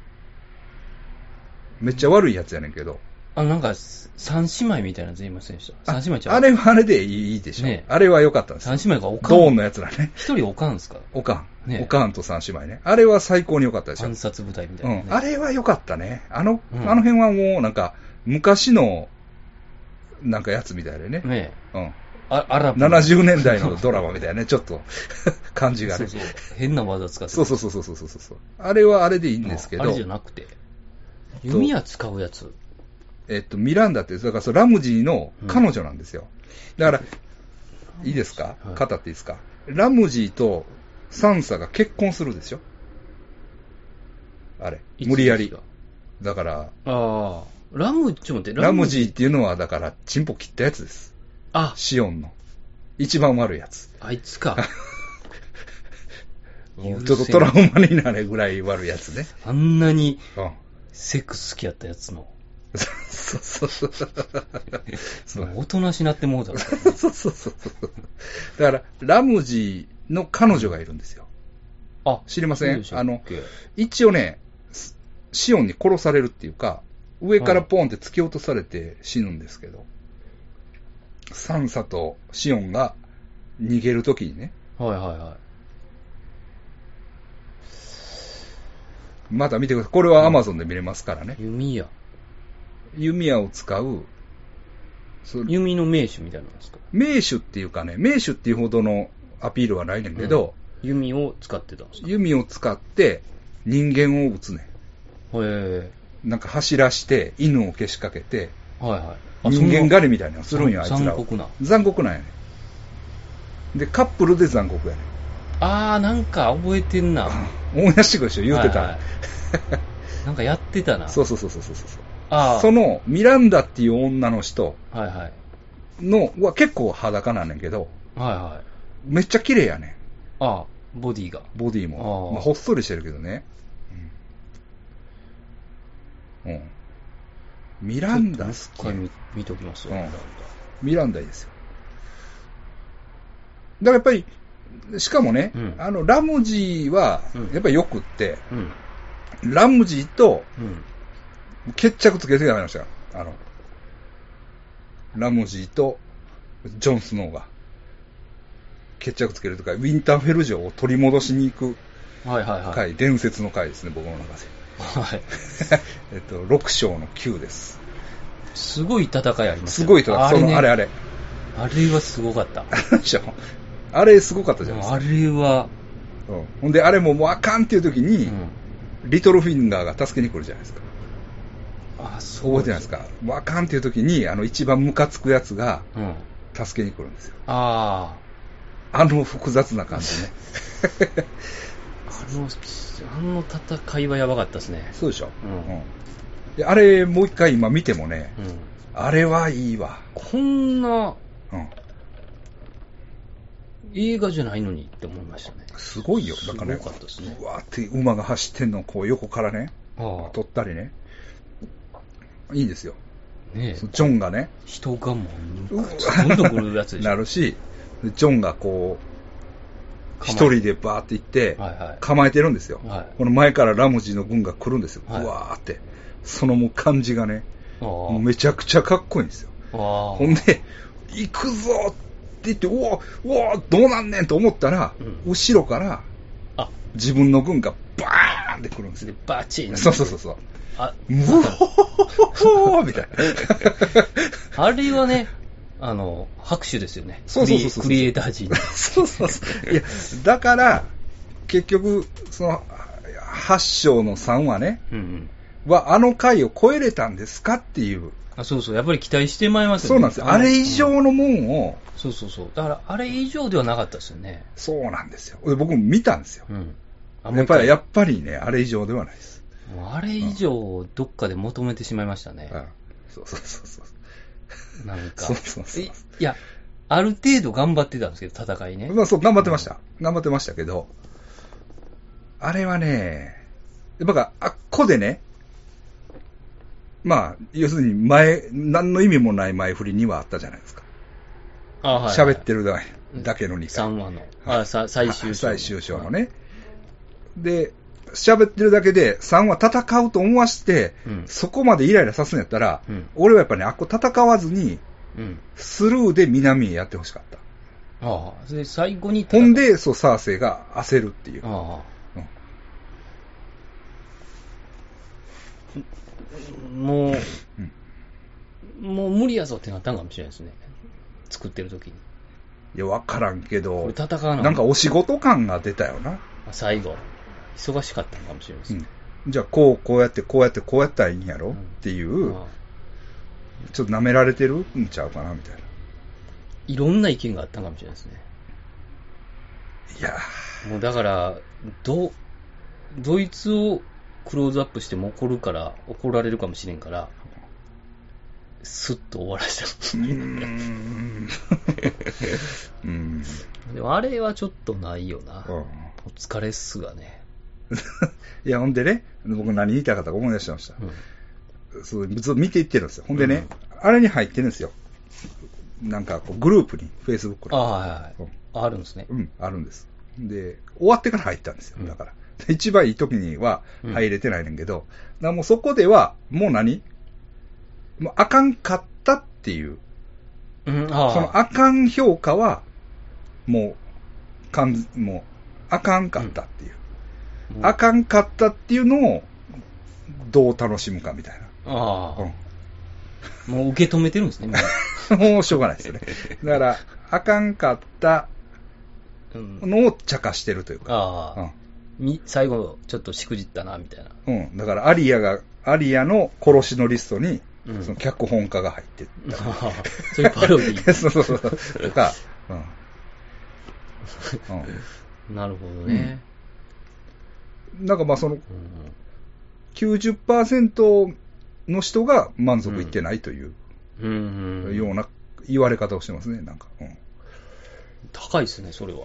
S1: めっちゃ悪いやつやねんけど。
S2: あ、なんか、三姉妹みたいなやつ言いませんでした。三姉妹ちゃう
S1: あれはあれでいいいいでしょ。
S2: ねえ
S1: あれは良かったんですよ。
S2: 三姉妹がおか
S1: ドーン
S2: ん。
S1: のやつらね。
S2: 一人おかんですか
S1: おかん。
S2: ねえ
S1: おかんと三姉妹ね。あれは最高に良かったですよ。
S2: 暗殺部隊みた
S1: う
S2: いなね、
S1: ん。あれは良かったね。あの、
S2: うん
S1: あの辺はもうなんか、昔の、なんかやつみたいでね。
S2: ね
S1: うん。
S2: え。あ、アラブ。
S1: 70年代のドラマみたいなね、ちょっと、 [laughs] 感じが
S2: そ
S1: ね
S2: う。そう。変な技使って
S1: そうそうそうそうそうそうそう。あれはあれでいいんですけど。
S2: ああれじゃなくて。弓矢使うやつ。
S1: えっと、ミランダって、だからそのラムジーの彼女なんですよ。だから、いいですか
S2: はい
S1: 語っていいですかラムジーとサンサが結婚するでしょあれ、無理や
S2: いつ
S1: り
S2: で。す
S1: だから、
S2: か。ああ。ラム、ちょっと待って、
S1: ラムジ
S2: ー。
S1: ーっていうのは、だから、チンポ切ったやつです。
S2: あ、
S1: シオンの。一番悪いやつ。
S2: あいつか。
S1: [laughs] もう
S2: 許
S1: ち
S2: せ
S1: ょ
S2: ん
S1: っとトラウマになるぐらい悪いやつね。
S2: あんなに
S1: うん。
S2: セックス好きやったやつの。
S1: そうそうそう。そう
S2: もう大人しなってもうだろ。
S1: そうそうそうそう。だから、ラムジーの彼女がいるんですよ。
S2: あ、
S1: 知りません
S2: あ
S1: [laughs] あの
S2: の、
S1: 一応ね、スシオンに殺されるっていうか、上からポンって突き落とされて死ぬんですけど、サンサとシオンが逃げるときにね、
S2: はいはいはい。
S1: また見てください。これはアマゾンで見れますからね。
S2: 弓矢。
S1: 弓矢を使う、それ
S2: 弓の名手みたいなんですか。
S1: 名手っていうかね、名手っていうほどのアピールはないねんけど、
S2: 弓を使ってたんですか。へ
S1: 弓を使って人間を撃つね
S2: え。
S1: ん。なんか走らして、犬をけしかけて、
S2: はいはい。あ
S1: 人間狩りみたいなのするんよ、あいつ
S2: そ
S1: ら
S2: んな
S1: は
S2: 残酷な
S1: 残酷なんやねで、カップルで残酷やね
S2: あー、なんか覚えて
S1: [laughs]
S2: んな。
S1: 思い出してくるでしょ、言うてた。
S2: はいはいなんかやってた
S1: [laughs]
S2: な。
S1: そうそうそうそうそうそう。
S2: あー
S1: その、ミランダっていう女の人
S2: はいはい。はい
S1: の、は結構裸なんねんけど、
S2: はい。
S1: めっちゃ綺麗やね
S2: あー、ボディが。
S1: ん、ボディ
S2: あ
S1: も。
S2: ー
S1: まあ、ほっそりしてるけどね。うん。うんミランダ好
S2: 一
S1: き
S2: 回見見ときますよ、
S1: うん
S2: ミラン
S1: ミランダですよ。だからやっぱり、しかもね、
S2: うん
S1: あの、ラムジーは
S2: うん、
S1: やっぱりよくって、
S2: ダうん。
S1: ラムジーと
S2: うん。
S1: 決着つけてやめましたよあの、ラムジーとジョン・スノーが決着つけるとか、ウィンターフェル城を取り戻しに行く
S2: はいはいはい。
S1: 回、伝説の回ですね、僕の中で。 [laughs]
S2: はい。
S1: えっと、6章の9です。
S2: すごい戦いあります
S1: す
S2: よ
S1: ごい人だ、そ
S2: ね
S1: の、あれあれ。
S2: あれはすごかった。
S1: あれでしょあれすごかったじゃないです
S2: あ
S1: か。
S2: れは、
S1: うん、ほんで、あれももうあかんっていう時
S2: う
S1: に、
S2: ん。
S1: リトルフィンガーが助けに来るじゃないですか。
S2: あ、そう。
S1: 覚えてないですか。もうあかんっていう時に、あの、一番ムカつくやつが
S2: うん。
S1: 助けに来るんですよ。
S2: あ
S1: あの複雑な感じ
S2: [laughs]
S1: ね。
S2: あ、あの、あの戦いはやばかったですね。
S1: そうでしょ。
S2: うん
S1: であれ、もう一回今見てもね、
S2: うん。
S1: あれはいいわ。
S2: こんな
S1: うん。
S2: 映画じゃないのにって思いましたね。
S1: すごいよ。だからね
S2: すごかったですね、
S1: うわーって馬が走ってんのをこう横からね、
S2: あ
S1: 撮ったりね。いいんですよ。
S2: あ、ねえ
S1: ジ、ョンがね、
S2: 人がもう、
S1: うわ
S2: どんどん来るやつでしょ。
S1: なるし、でジョンがこう、一人でバーって行って、
S2: はいはい。
S1: 構えてるんですよ。
S2: はい。
S1: この前からラムジーの軍が来るんですよ。
S2: はいう
S1: わーって。そのもう感じがね、
S2: あ
S1: めちゃくちゃかっこいいんですよ。
S2: あ。ああ。
S1: ほんで、行くぞって言って、うわうわどうなんねんと思ったら、
S2: う
S1: 後ろから
S2: あ、
S1: 自分の軍がバーンって来るんです
S2: で
S1: よ。
S2: バチン。
S1: そうそうそう
S2: [laughs]
S1: そう。
S2: あ、
S1: うおほほみ
S2: [laughs]
S1: たいな。
S2: あれはね、あの、拍手ですよね。
S1: そうそうそうそう
S2: クリクリエイター陣。
S1: [laughs] そうそうそう。いや、だから、結局、その、8章の3はね、
S2: うんうん。
S1: は、あの回を超えれたんですかっていう。
S2: あ、そうそう。やっぱり期待してまいりますよね。
S1: そうなんですよ。あれ以上のもんを、
S2: そうそうそう。だから、あれ以上ではなかったですよね。
S1: そうなんですよ。で僕も見たんですよ。
S2: うん。あ
S1: やっぱり、
S2: も
S1: や
S2: う
S1: っぱりね、あれ以上ではないです。
S2: 一回もうあれ以上をどっかで求めてしまいましたね
S1: う。んそうそうそうそう。
S2: なんか。
S1: そうそうそう
S2: いいや、ある程度頑張ってたんですけど、戦いね。
S1: まあそう、頑張ってました。頑張ってましたけど、あれはね、やっぱあっこでね、まあ、要するに前、何の意味もない前振りにはあったじゃないですか。
S2: あ、は
S1: 喋ってるだだけの2回。
S2: 3話の。あ、さ最終章。
S1: 最終章の。ね。で、喋ってるだけで3は戦うと思わして、
S2: うん
S1: そこまでイライラさすんやったら、
S2: うん
S1: 俺はやっぱね、あっこ戦わずに、
S2: うん。
S1: スルーで南へやってほしかった。
S2: ああ。で、最後に戦
S1: ほ、
S2: うん
S1: で、そう、サーセイが焦るっていう。
S2: ああ。もう、
S1: うん
S2: もう無理やぞってなったんかもしれないですね。作ってる時に。
S1: いや、わからんけ
S2: これ
S1: ど、
S2: 戦わな
S1: なんかお仕事感が出たよな。
S2: 最後、忙しかったのかもしれないですね。
S1: じゃあ、こう、こうやって、こうやって、こうやったらいいんやろ、
S2: うん
S1: っていうう、
S2: ああ
S1: ちょっと舐められてるんちゃうかなみたいな。
S2: いろんな意見があったのかもしれないですね。
S1: いや
S2: もうだから、ど、ドイツをクローズアップしても怒るから、怒られるかもしれんから、スッと終わらせ
S1: ー、うーん。うん。
S2: た。でもあれはちょっとないよな。
S1: うん [laughs]
S2: お疲れっすがね。
S1: いや、ほんでね、僕何言いたかったか思い出してました。
S2: うん
S1: そう、ずっと見ていってるんですよ。ほんでね、あれに入ってるんですよ。なんかこう、グループに、Facebook
S2: あ
S1: に。
S2: はいはいはい。ああるんですね。
S1: うん、あるんです。で、終わってから入ったんですよ、だから。で一番いい時には入れてないねんけど、だからもうそこでは、もう何もうあかんかったっていう、
S2: うん、
S1: そのあかん評価は、もう、かん、もう、あかんかったっていう、
S2: もう
S1: あかんかったっていうのを、どう楽しむかみたいな。
S2: ああ、
S1: う。
S2: もう受け止めてるんですね、みんなん
S1: [laughs] もうしょうがないですね。だから、あかんかった
S2: うん、
S1: のを茶化してるというか。
S2: ああ、み最後、ちょっとしくじったな、みたいな。 [laughs]
S1: うん。うん。だから、アリアが、アリアの殺しのリストに、
S2: うん
S1: その脚本家が入ってる。
S2: そういうパロディ
S1: [laughs]
S2: [laughs]
S1: そうそうそう。とか、うん。
S2: なるほどね。
S1: うん、なんかまあその
S2: うん
S1: 90%の人が満足いってないという
S2: うんうん
S1: ような言われ方をしてますね、なんか。うん。い
S2: 高いですね、それは。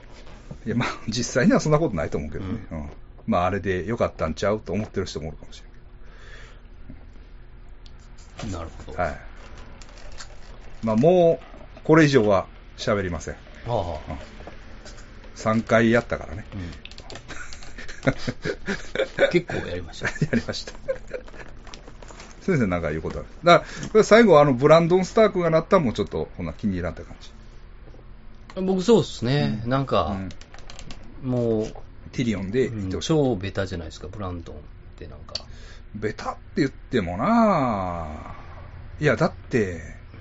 S1: や、まあ実際にはそんなことないと思うけどね。
S2: う
S1: うん。まああれでよかったんちゃうと思ってる人もおるかもしれない
S2: なるほど。
S1: はい。まあもう、これ以上は喋りません。
S2: ああ
S1: 3回やったからね。
S2: うん [laughs] 結構やりました。
S1: [laughs] やりました。先生なんか言うことある。だから、これ最後はあの、ブランドン・スタークがなったのもちょっと、ほんな気に入らんって感じ。
S2: 僕そうですね。なんか
S1: う、ん
S2: もう、
S1: ティリオンで
S2: うん
S1: 見てほしい。
S2: 超ベタじゃないですか、ブランドンってなんか。
S1: ベタって言ってもなぁ。いや、だって、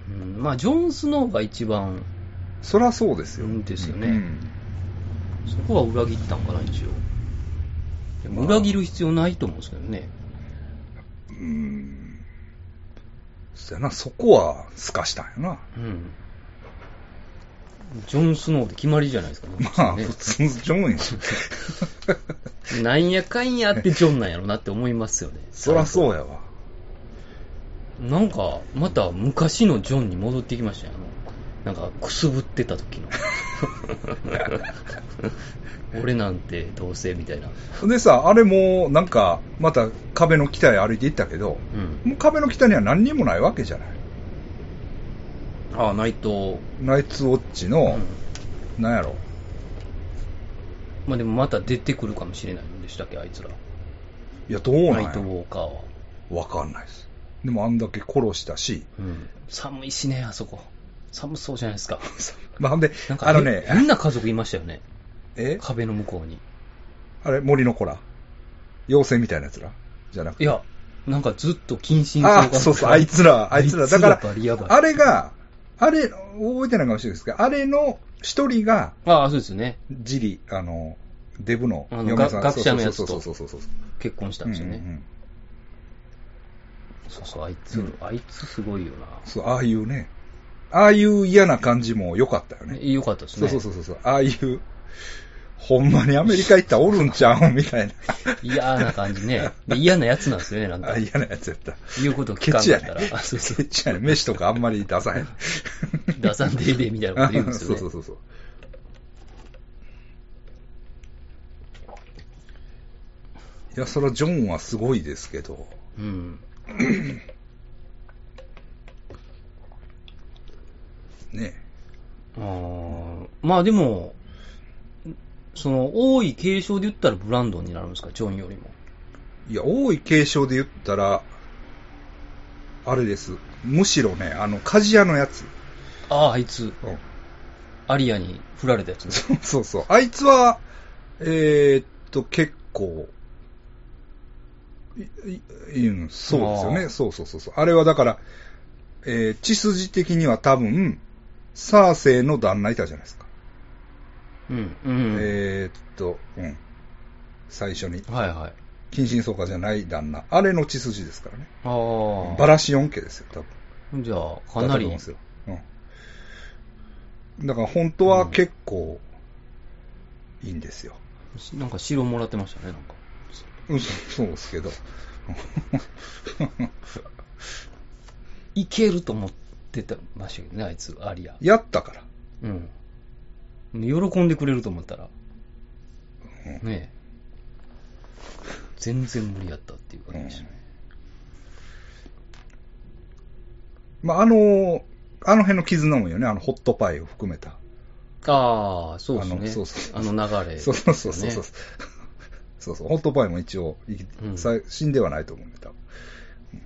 S2: うんまあ、ジョン・スノーが一番、
S1: そらそうですよ。
S2: うんですよね
S1: うん
S2: そこは裏切ったんかな、一応。でも裏切る必要ないと思うんですけどね。
S1: うん。そやな、そこは、すかしたんやな。
S2: うん。ジョン・スノーで決まりじゃないですか、ね
S1: まあ、普通のジョン
S2: [laughs]
S1: やし。
S2: なんやかんやってジョンなんやろなって思いますよね。
S1: そらそう
S2: や。
S1: [laughs] やわ。
S2: なんか、また昔のジョンに戻ってきましたよ。あのなんか、くすぶって
S1: [laughs]
S2: た時の。俺なんてどうせみたいな。
S1: でさ、あれも、なんか、また壁の北へ歩いていったけど、
S2: うん。
S1: もう壁の北には何にもないわけじゃない。
S2: ああ、ナイト。
S1: ナイツウォッチ
S2: う
S1: の
S2: ん、。
S1: なんやろ、
S2: まあでもまた出てくるかもしれないんでしたっけ、あいつら。
S1: いや、どうな
S2: ナ
S1: ん
S2: イトウ
S1: や
S2: ォーカーは。
S1: わかんないです。でもあんだけ殺したし、
S2: うん。寒いしね、あそこ。寒そうじゃない
S1: [laughs]
S2: ですか。
S1: まあ、ほんで
S2: なん、か
S1: あのね、
S2: みんな家族いましたよね。
S1: え
S2: 壁の向こうに。
S1: あれ、森の子ら妖精みたいなやつらじゃなく
S2: い
S1: て。
S2: や、なんかずっと謹慎
S1: ああ、そうそう、あいつ
S2: [laughs]
S1: ら、あいつら。だから
S2: バリヤバ、リ
S1: あれが、あれ、覚えてないかもしれないですけど、あれの一人が、
S2: ああ、そうですね。
S1: ジリ、あの、デブの
S2: あの
S1: 嫁さん
S2: が学者のやつと
S1: そうそうそうそうそう。
S2: 結婚したんですよね。
S1: うんうんうん
S2: そうそう、あいつ、
S1: うん
S2: あいつすごいよ
S1: そう、ああいうね、ああいう嫌な感じも良かったよ
S2: な。
S1: ね。
S2: よかったです
S1: そう
S2: ね。
S1: そうそうそう。ああいう、ほんまにアメリカ行ったらおるんちゃうん [laughs] みたいな。
S2: 嫌な感
S1: [laughs]
S2: じね。で嫌なやつなんですよね、なんか
S1: あ。嫌なやつや
S2: [laughs]
S1: った。
S2: 言うこと聞
S1: ケ
S2: かん
S1: チ
S2: か
S1: や
S2: っ
S1: ね
S2: たら、あそうそ
S1: ケチやね飯とかあんまり出
S2: [laughs]
S1: さへん。
S2: う、出さんでええでみたいなこと言うんです
S1: [laughs] そう
S2: よね。
S1: そうそうそう。いや、そらジョンはすごいですけど、
S2: うん。
S1: ね。
S2: あーまあでも、その、多い継承で言ったらブランドンになるんですか、ジョンよりも。
S1: いや、多い継承で言ったら、あれです。むしろね、あの、鍛冶屋のやつ。
S2: ああ、あいつ、アリアに振られたやつね。
S1: そうそうそう。あいつは、えーっと、結構、いいいうんそうですよ
S2: あ
S1: ね。
S2: ー
S1: そうそうそうそう。あれはだから、えー血筋的には多分、サーセイの旦那いたじゃないですか。
S2: うん、うん。
S1: えーっと、うん。最初に。
S2: はいはい。
S1: 近親相姦じゃない旦那。あれの血筋ですからね。
S2: ああ。
S1: バラシオン家ですよ、多分。
S2: じゃあ、か
S1: だと思う
S2: なり。
S1: んですよ。うん。だから本当は結構、いいんですよ。
S2: なんか城もらってましたね、なんか。
S1: うん、そうですけど。 [laughs]
S2: いけると思ってたましたけどね、あいつ、アリア。
S1: やったから。
S2: うん。喜んでくれると思ったら。ねえ。全然無理やったっていう感じでしたね。
S1: まあ、あの、あの辺の絆もいいよね。あの、ホットパイを含めた。
S2: ああ、そうですね。
S1: あのそうそう
S2: あの流れ、
S1: そうそうそうそうそう。そうそう。ホットパイも一応、いき
S2: うん
S1: さ死んではないと思うんだ、多分うん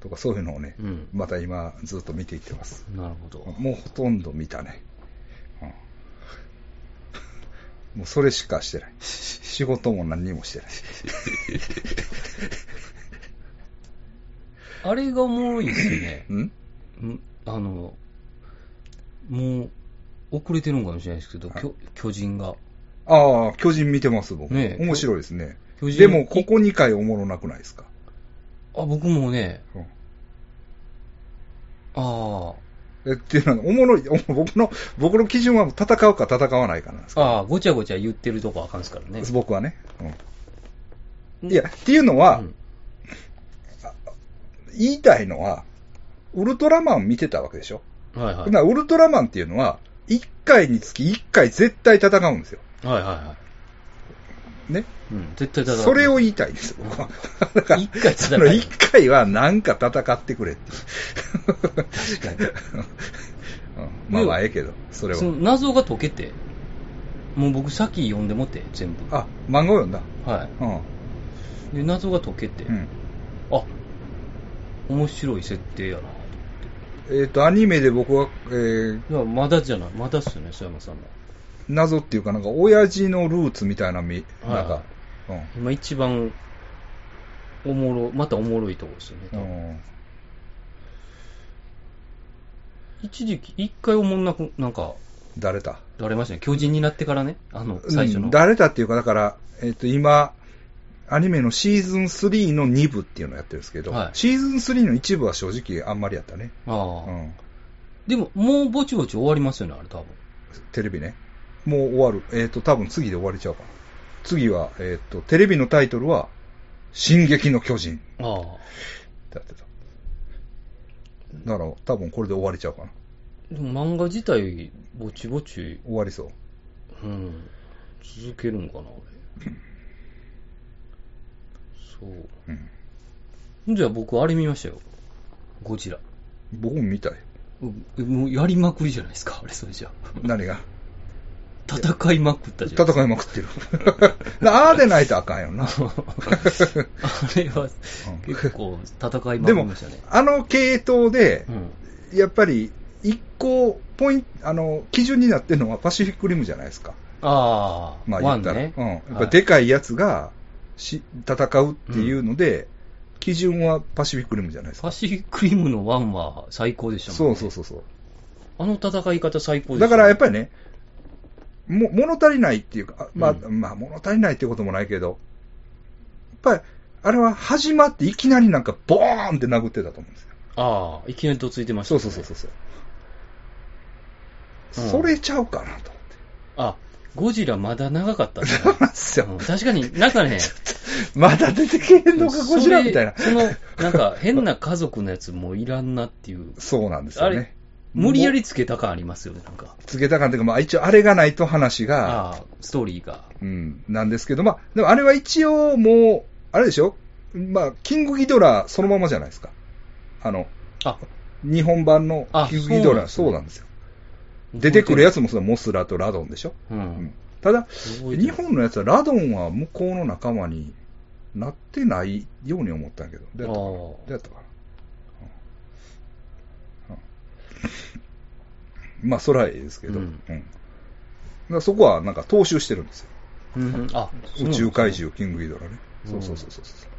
S1: とか、そういうのをね、
S2: うん
S1: また今、ずっと見ていってます。
S2: なるほど。
S1: もうほとんど見たね。うんもうそれしかしてない。仕事も何にもしてない。
S2: あれがおもろいですよね。
S1: うん
S2: んあの、もう、遅れてるのかもしれないですけど、
S1: はい
S2: 巨巨人が。
S1: ああ、巨人見てます、僕。
S2: ねえ
S1: 面白いですね。
S2: 巨人
S1: でも、ここ2回おもろなくないですか
S2: あ、僕もね、
S1: うん
S2: あ
S1: えっていうのは、おもろい、お [laughs] も僕の、僕の基準は戦うか戦わないかなんです
S2: あ、ああ、ごちゃごちゃ言ってるとこあかんですからね。
S1: 僕はね。うん、いや、っていうのは、
S2: うん
S1: 言いたいのは、ウルトラマン見てたわけでしょ、
S2: はいはい。
S1: だからウルトラマンっていうのは、1回につき1回絶対戦うんですよ。
S2: はいはいは
S1: ね。
S2: い。うん、絶対戦う
S1: それを言いたいんですよ、僕は。だから
S2: 一回
S1: そ
S2: 戦
S1: の
S2: う。
S1: 一回はなんか戦ってくれっていう。 [laughs] うんまあまあ、ええけど、それは
S2: そ。の謎が解けて、もう僕先読んでもて、全部。
S1: あ、漫画を読んだ。
S2: は
S1: うん。
S2: い。で、謎が解けて、
S1: うん。
S2: あ、面白い設定やなと思って。
S1: えっ、と、アニメで僕は、えー
S2: いや、まだじゃない、まだっすよね、曽山さんの。
S1: 謎っていうか、なんか、親父のルーツみたいなみ、
S2: はい
S1: なんか、うん
S2: 今一番、おもろ、またおもろいとこですよね、多
S1: う
S2: 分
S1: ん。
S2: 一時期、一回おもんなく、なんか、
S1: 誰だ
S2: だれましたね。巨人になってからね、あの、最初
S1: う
S2: の。
S1: ん誰だっていうか、だから、えっ、と、今、アニメのシーズン3の2部っていうのをやってるんですけど、
S2: はい
S1: シーズン3の1部は正直あんまりやったね。
S2: ああ、
S1: うん。
S2: でも、もうぼちぼち終わりますよね、あれ多分。
S1: テレビね。もう終わる。えっ、と、多分次で終わりちゃうかな。次は、えっ、と、テレビのタイトルは、進撃の巨人
S2: あ
S1: っ
S2: あ。
S1: てやってた。だから、多分これで終わりちゃうかな。
S2: でも漫画自体、ぼちぼち、
S1: 終わりそう。
S2: うん、続けるんかな、
S1: [laughs]
S2: 俺。
S1: うん。
S2: そう。じゃあ僕、あれ見ましたよ。ゴジラ。
S1: 僕も見たい。
S2: うもうやりまくりじゃないですか、あれ、
S1: [laughs]
S2: それじゃあ。
S1: 何が
S2: 戦いまくったじゃん。
S1: 戦いまくってる。 [laughs] ああでないとあかんよ
S2: [laughs]
S1: な。
S2: あれは結構戦いま
S1: で
S2: くり
S1: も
S2: ましたね。、
S1: あの系統で、やっぱり、一個、ポイント、あの、基準になってるのはパシフィックリムじゃないですか。
S2: ああ、
S1: まあ
S2: ワ
S1: 言っ
S2: ン
S1: たら。
S2: ね。
S1: うん。やっ
S2: は
S1: ぱ
S2: い
S1: でかいやつがし、戦うっていうので、基準はパシフィックリムじゃないですか。
S2: パシフィックリムのワンは最高でしたもん
S1: そ
S2: ね。
S1: うそうそうそう。
S2: あの戦い方最高でしたね
S1: だからやっぱりね、も物足りないっていうか、あまあ、
S2: う
S1: まあ、物足りないっていうこともないけど、やっぱり、あれは始まっていきなりなんかボーンって殴ってたと思うんですよ。
S2: ああ、いきなりとついてました、
S1: そう
S2: ね。
S1: そうそうそうそう。
S2: うん
S1: それちゃうかなと思って。
S2: あ、ゴジラまだ長かったね。
S1: [laughs] そうなんです
S2: う
S1: よ
S2: ん。確かになん
S1: [laughs]
S2: かね、
S1: まだ出てけへんのか、
S2: そ
S1: こ
S2: れ
S1: ちらみたいな。
S2: その、なんか変な家族のやつもういらんなっていう、
S1: そうなんですよ
S2: あ
S1: ね。
S2: 無理やりつけた感ありますよね、なんか。
S1: つけたかんというか、まあ一応あれがないと話が、
S2: ああ、ストーリーが。
S1: うん、なんですけど、まあ、でもあれは一応もう、あれでしょまあ、キングギドラそのままじゃないですか。あの、
S2: あ、
S1: 日本版の
S2: あ
S1: キングギドラ、
S2: そ
S1: そうう
S2: な
S1: なんんですよ。出てくるや
S2: つ。
S1: つもそうモスラとラドンでしょ、
S2: う
S1: うんん。、ただ、
S2: 覚えて
S1: 日
S2: る
S1: 本のやつはラドンは向こうの仲間になってないように思ったんやけど、どうやったかなどうやったかな、うんうんまあ、それはええですけど、
S2: う
S1: うんんだからそこはなんか踏襲してるんですよ。
S2: ああうんあ、そう
S1: 宇
S2: なんですね
S1: 宙怪。獣、キングギドラね。
S2: う
S1: そ
S2: ん
S1: うそうそうそうそう。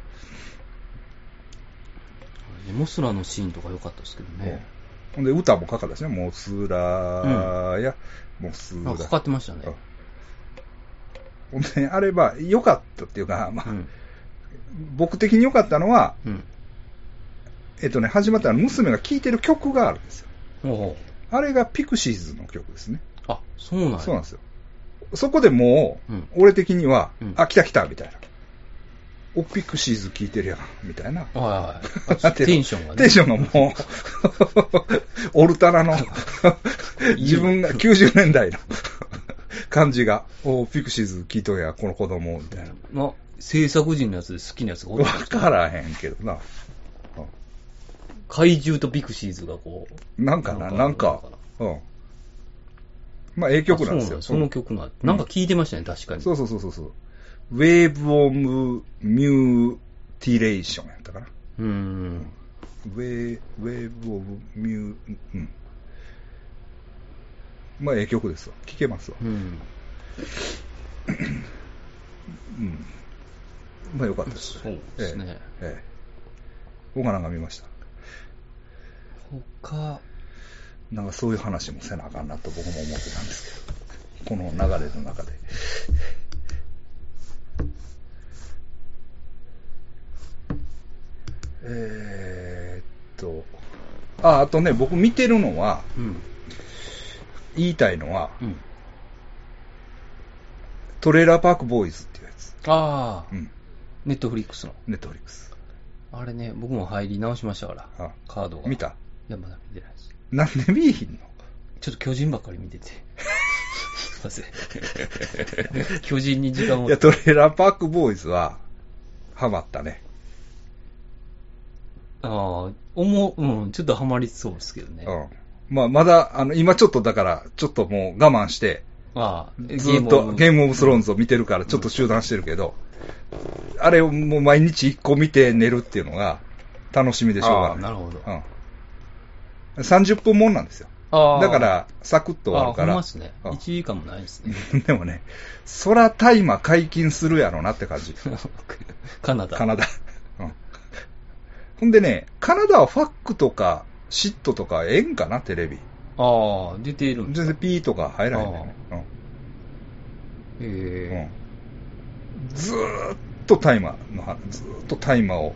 S2: モスラのシーンとか良かったですけどね。
S1: ほんで、歌もかかったしね。モスラーや、モス
S2: な
S1: ラ
S2: んかかかってましたね。
S1: ほんでね、あれば良かったっていうか、まあ、
S2: うん。
S1: 僕的に良かったのは、
S2: うん。
S1: えっとね、始まったら娘が聴いてる曲があるんですよ。
S2: おう
S1: あれがピクシーズの曲ですね。
S2: あ、そうなんや
S1: そうなんですよ。そこでもう、
S2: うん
S1: 俺的には、
S2: うん
S1: あ、来た来たみたいな。お、ピクシーズ聴いてるやん、みたいな。 [laughs]
S2: はいはい。あテンションがね。
S1: テンションがもう、
S2: [laughs]
S1: オルタナの、自分が90年代の [laughs] 感じが、お、ピクシーズ聴いとんや、この子供、みたいな。
S2: まあ、制作人のやつで好きなやつがお
S1: わ
S2: る
S1: からへんけどな。
S2: 怪獣とビクシーズがこう。
S1: なんかな、なんか、うん。まあ、ええ
S2: あ
S1: 曲なんです
S2: そう
S1: よ。
S2: その曲が、なんか聞いてましたね、確かに。
S1: そうそうそうそうそう。ウェーブ・オム・ミューティレーションやったかな。
S2: うーん。
S1: ウェーウェーブ・オブ・ミュー、うん。まあ、ええ曲ですわ。聴けますわ
S2: う。ん。
S1: うん。まあ、よかったです。
S2: そうですね。
S1: ええ。僕はなんか見ました。
S2: 他、
S1: なんかそういう話もせなあかんなと僕も思ってたんですけど。この流れの中で。えーっと、あ、あとね、僕見てるのは、
S2: うん。
S1: 言いたいのは、
S2: うん。
S1: トレーラーパークボーイズっていうやつ。
S2: あ
S1: う
S2: あ、
S1: ん。
S2: ネットフリックスの。
S1: ネットフリックス。
S2: あれね、僕も入り直しましたから、
S1: あ、
S2: カードが。
S1: 見
S2: い
S1: た
S2: や、まだ見てないです。
S1: なんで見えひんの
S2: ちょっと巨人ばっかり見てて。 [laughs] すいません。 [laughs] 巨人に時間を
S1: いや、。トレーラーパークボーイズは、ハマったね。
S2: ああ、思う、うん、ちょっとハマりそうですけどね。あ
S1: うん。まあ、まだ、あの、今ちょっとだから、ちょっともう我慢して、
S2: あ、
S1: ずっとゲー
S2: ム
S1: ムオブスローンズを見てるから、ちょっと中断してるけど、あれをもう毎日1個見て寝るっていうのが、楽しみでしょうが
S2: ああ、
S1: な。
S2: ないるほど。
S1: うん。30分もんなんですよ。
S2: ああ、
S1: だか、ら、サクッと終わるか
S2: ああ、ほん
S1: ら
S2: まっ。すね。
S1: うん
S2: 1時間もないですね。
S1: [laughs] でもね、そら大麻解禁するやろなって感
S2: [laughs]
S1: じ。
S2: カナダ。
S1: カナダ。うん。ほんでね、カナダはファックとか、シットとかええんかな、テレビ。
S2: ああ、出ている
S1: 全
S2: んです
S1: 然
S2: か。
S1: ピーとか入らへんだよね。うん。う
S2: え
S1: ん。ずーっと大麻の話、ずーっと大麻を。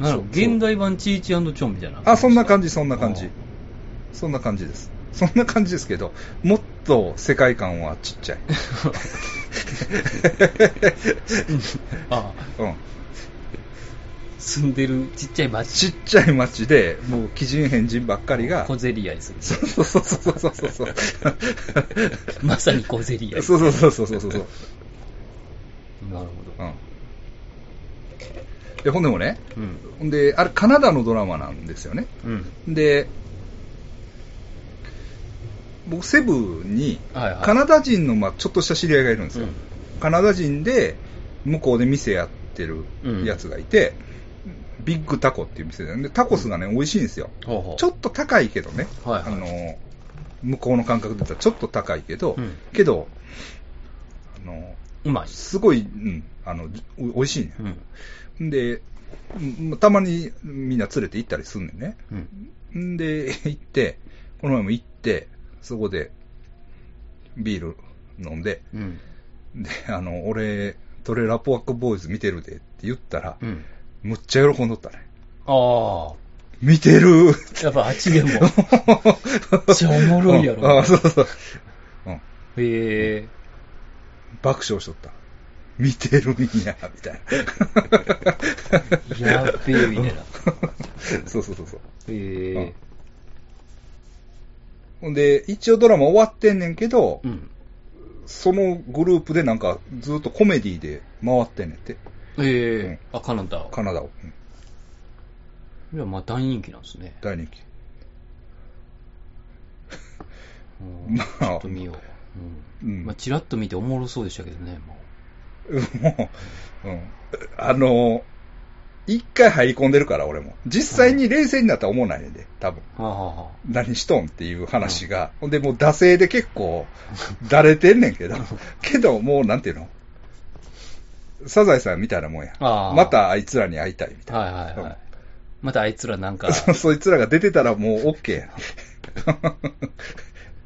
S2: えなるほど。
S1: そう
S2: 現代版チーチーチョンみたいな。
S1: あ、そんな感じ、そんな感
S2: あ
S1: じ。そんな感じです。そんな感じですけど、もっと世界観はちっちゃい。
S2: あ。ああ
S1: うん。
S2: 住んでるちっちゃい町。
S1: ちっちゃい町で、もう鬼人変人ばっかりが、
S2: 小競り合いする。
S1: そうそうそうそうそうそう。
S2: まさに小競り合い。
S1: そうそうそうそうそうそう。
S2: なる
S1: う
S2: ほ
S1: ん。いや、ほんでもね、
S2: ど。うん。
S1: ほんで、あれ、カナダのドラマなんですよね。
S2: うん。
S1: で、僕、セブンに、
S2: はいはい。
S1: カナダ人の、まあ、ちょっとした知り合いがいるんですよ。カナダ人で、向こうで店やってるやつがいて、ビッグタコっていう店で、でタコスがね、美味しいんですよ。
S2: うん。ほうほう。
S1: ちょっと高いけどね、
S2: はいはい
S1: あの向こうの感覚で言ったらちょっと高いけど、
S2: うん
S1: けどあの、
S2: うまい。
S1: すごい、うん、あのじお美味しいね
S2: う、ん。
S1: んで、うんたまにみんな連れて行ったりすんねんね。
S2: うん。
S1: んで、行って、この前も行って、そこでビール飲んで、
S2: うん。
S1: であの俺、トレーラーポワックボーイズ見てるでって言ったら、
S2: うん。
S1: むっちゃ喜んどったね。
S2: ああ。
S1: 見てる
S2: やっぱあっ
S1: [laughs]
S2: ちでも。っちゃおもろいやろ
S1: うんあそうそう。うん。
S2: へえ。
S1: 爆笑しとった。見てるんや、みたいな。
S2: やっべえみたいな。 [laughs]
S1: そうそうそうそう。
S2: へえ。
S1: ほんで、一応ドラマ終わってんねんけど、
S2: うん。
S1: そのグループでなんかずっとコメディで回ってんねんって、
S2: ええ。あ、カナダ。
S1: カナダを。うん
S2: いや、まあ大人気なんですね。
S1: 大人気。
S2: うん
S1: まあ
S2: ちょっと見よう。
S1: う
S2: うんん。まあ、ちらっと見ておもろそうでしたけどね、も
S1: [laughs] もう、うん。あの、一回入り込んでるから、俺も。実際に冷静になったら思わないねんで、多分。
S2: う。はあ、は
S1: 何しとんっていう話が、ほんで、もう惰性で結構、だれてんねんけど、けど、もうなんていうのサザエさんみたいなもんや。
S2: あー
S1: またあいつらに会いたいみたい
S2: あ、はいはいはい。またあいつらなんか
S1: な。、そそいつらが出てたらもう OK や、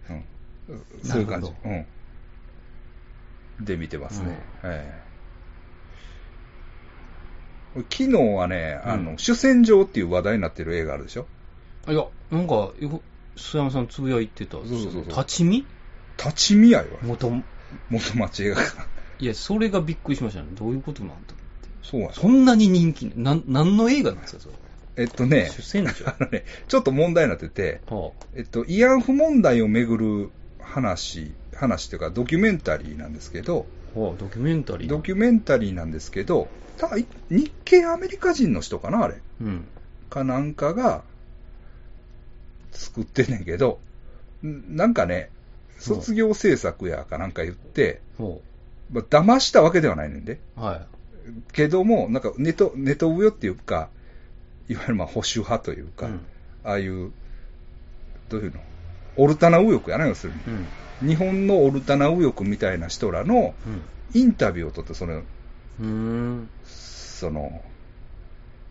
S1: うん、そういう感じ
S2: なる。
S1: うん、で、見てますね。ええ昨日はね、あの、
S2: うん
S1: 主戦場っていう話題になってる映画あるでしょ
S2: いや、なんか、よ須山さんつぶやいてた。
S1: そうそうそう
S2: 立ち見
S1: 立ち見合いは、
S2: 元も、
S1: 元町映画館。
S2: いや、それがびっくりしましたね。どういうことなんだ
S1: そうや
S2: そんなに人気、なん、なんの映画なんですか、それ。
S1: えっとね、
S2: 主戦 [laughs] 場
S1: あのね、ちょっと問題になってて、
S2: は
S1: えっと、慰安婦問題をめぐる話、話というかドキュメンタリーなんですけど、
S2: あ、はあ、ドキュメンタリー。
S1: ドキュメンタリーなんですけど、ただい日系アメリカ人の人かな、あれ。
S2: うん。
S1: かなんかが作ってんねんけど、んなんかね、卒業制作やかなんか言って、
S2: ほ
S1: まあ、騙したわけではないねんで。
S2: う。はい。
S1: けども、なんかネト、ネトウヨっていうか、いわゆるまあ保守派というか、
S2: うん
S1: ああいう、どういうのオルタナ右翼やな、要するに。
S2: うん。
S1: 日本のオルタナ右翼みたいな人らのインタビューを取って、その、
S2: うん。う
S1: その、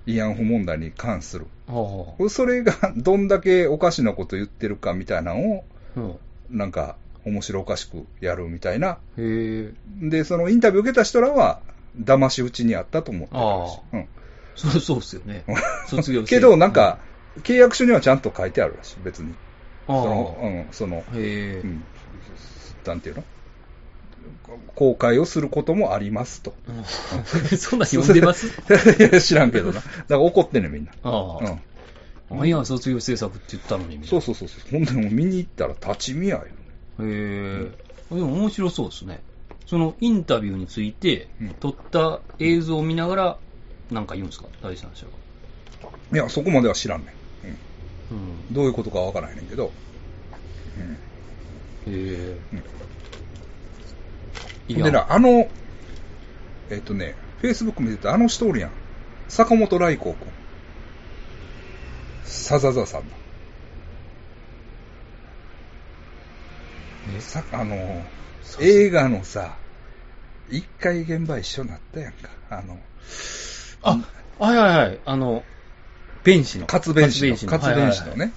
S1: 慰安婦問題に関する。
S2: ーん。は
S1: それが [laughs] どんだけおかしなこと言ってるかみたいなのを、
S2: あ、は
S1: なんか、面白おかしくやるみたいな。
S2: あ。へえ。
S1: で、そのインタビューを受けた人らは、騙し討ちにあったと思ってるらし
S2: あ
S1: い。うん。
S2: そうそうっすよ [laughs] ね。卒業して
S1: けど、なん、か、契約書にはちゃんと書いてあるらしい、別に。
S2: あ
S1: そ
S2: あ、
S1: の、うん、その、
S2: へえ
S1: う、ん、なんていうの公開をすることもありますと。
S2: うん [laughs] そんなん読んでます [laughs]
S1: [laughs] いや知らんけどな。だから怒ってんねんみんな。
S2: あ
S1: うん。
S2: あ、なんや、卒業制作って言ったのに、みた
S1: そ
S2: いう
S1: そうそうそう。ほんで、もう見に行ったら立ち見やよね。
S2: な。へえ、でも面白そうですね。そのインタビューについて
S1: うん、
S2: 撮った映像を見ながら、なんか言うんですか第三者が。
S1: いや、そこまでは知らんねん。うん
S2: うん。
S1: どういうことかわからへんねんけど。
S2: へえ。
S1: うん。うん
S2: い
S1: でな、あの、えっ、とね、Facebook 見てたあの人おるやん。坂本来光君。サザザさんの。
S2: え
S1: さ、あのー、
S2: さ
S1: 映画のさ、一回現場一緒になったやんか。あの、
S2: あ、はいはいはい。あの、弁士の。
S1: 活弁士の、
S2: 活
S1: 活弁士の。ね。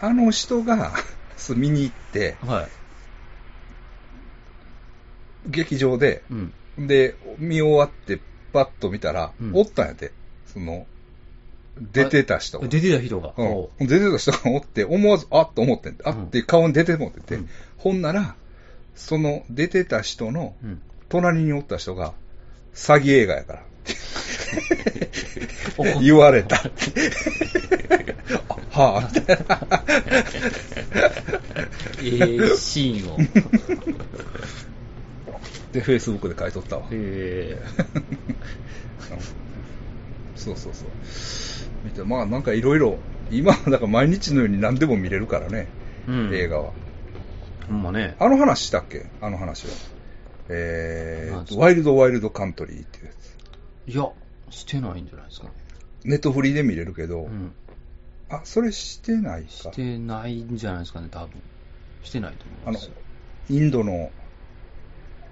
S1: あの人が、 [laughs] そう見に行って、
S2: はいはいはい。はい
S1: 劇場で、
S2: うん。
S1: で、見終わって、パッと見たら、
S2: うん
S1: おったんやて。その、出てた人が。
S2: 出てた人が。お
S1: うん、出てた人がおって、思わず、あっと思ってんてあ
S2: うん
S1: って顔に出てもってて、
S2: うん
S1: ほんなら、その出てた人の
S2: ううん。
S1: 隣におった人が、詐欺映画や
S2: [laughs]
S1: から。
S2: 怒っ
S1: 言われ
S2: [laughs]
S1: たって。あはあ、みたいな。
S2: えー、シーンを。
S1: で、フェイスブックで買い取ったわ。
S2: え
S1: [laughs] そうそうそう。見て、まあなんかいろいろ、今はだから毎日のように何でも見れるからね、
S2: ー、うん。
S1: 映。画は。
S2: ほんまね。
S1: あの話したっけあの話は。えー
S2: 何です
S1: と、
S2: か
S1: ワイルドワイルドカントリーっていうやつ。
S2: いや、してないんじゃないですかね。
S1: ネットフリーで見れるけど、
S2: うん。
S1: あ、それしてない
S2: し
S1: か。
S2: てないんじゃないですかね、多分。してないと思
S1: あ
S2: いま
S1: の
S2: す。、
S1: インドの、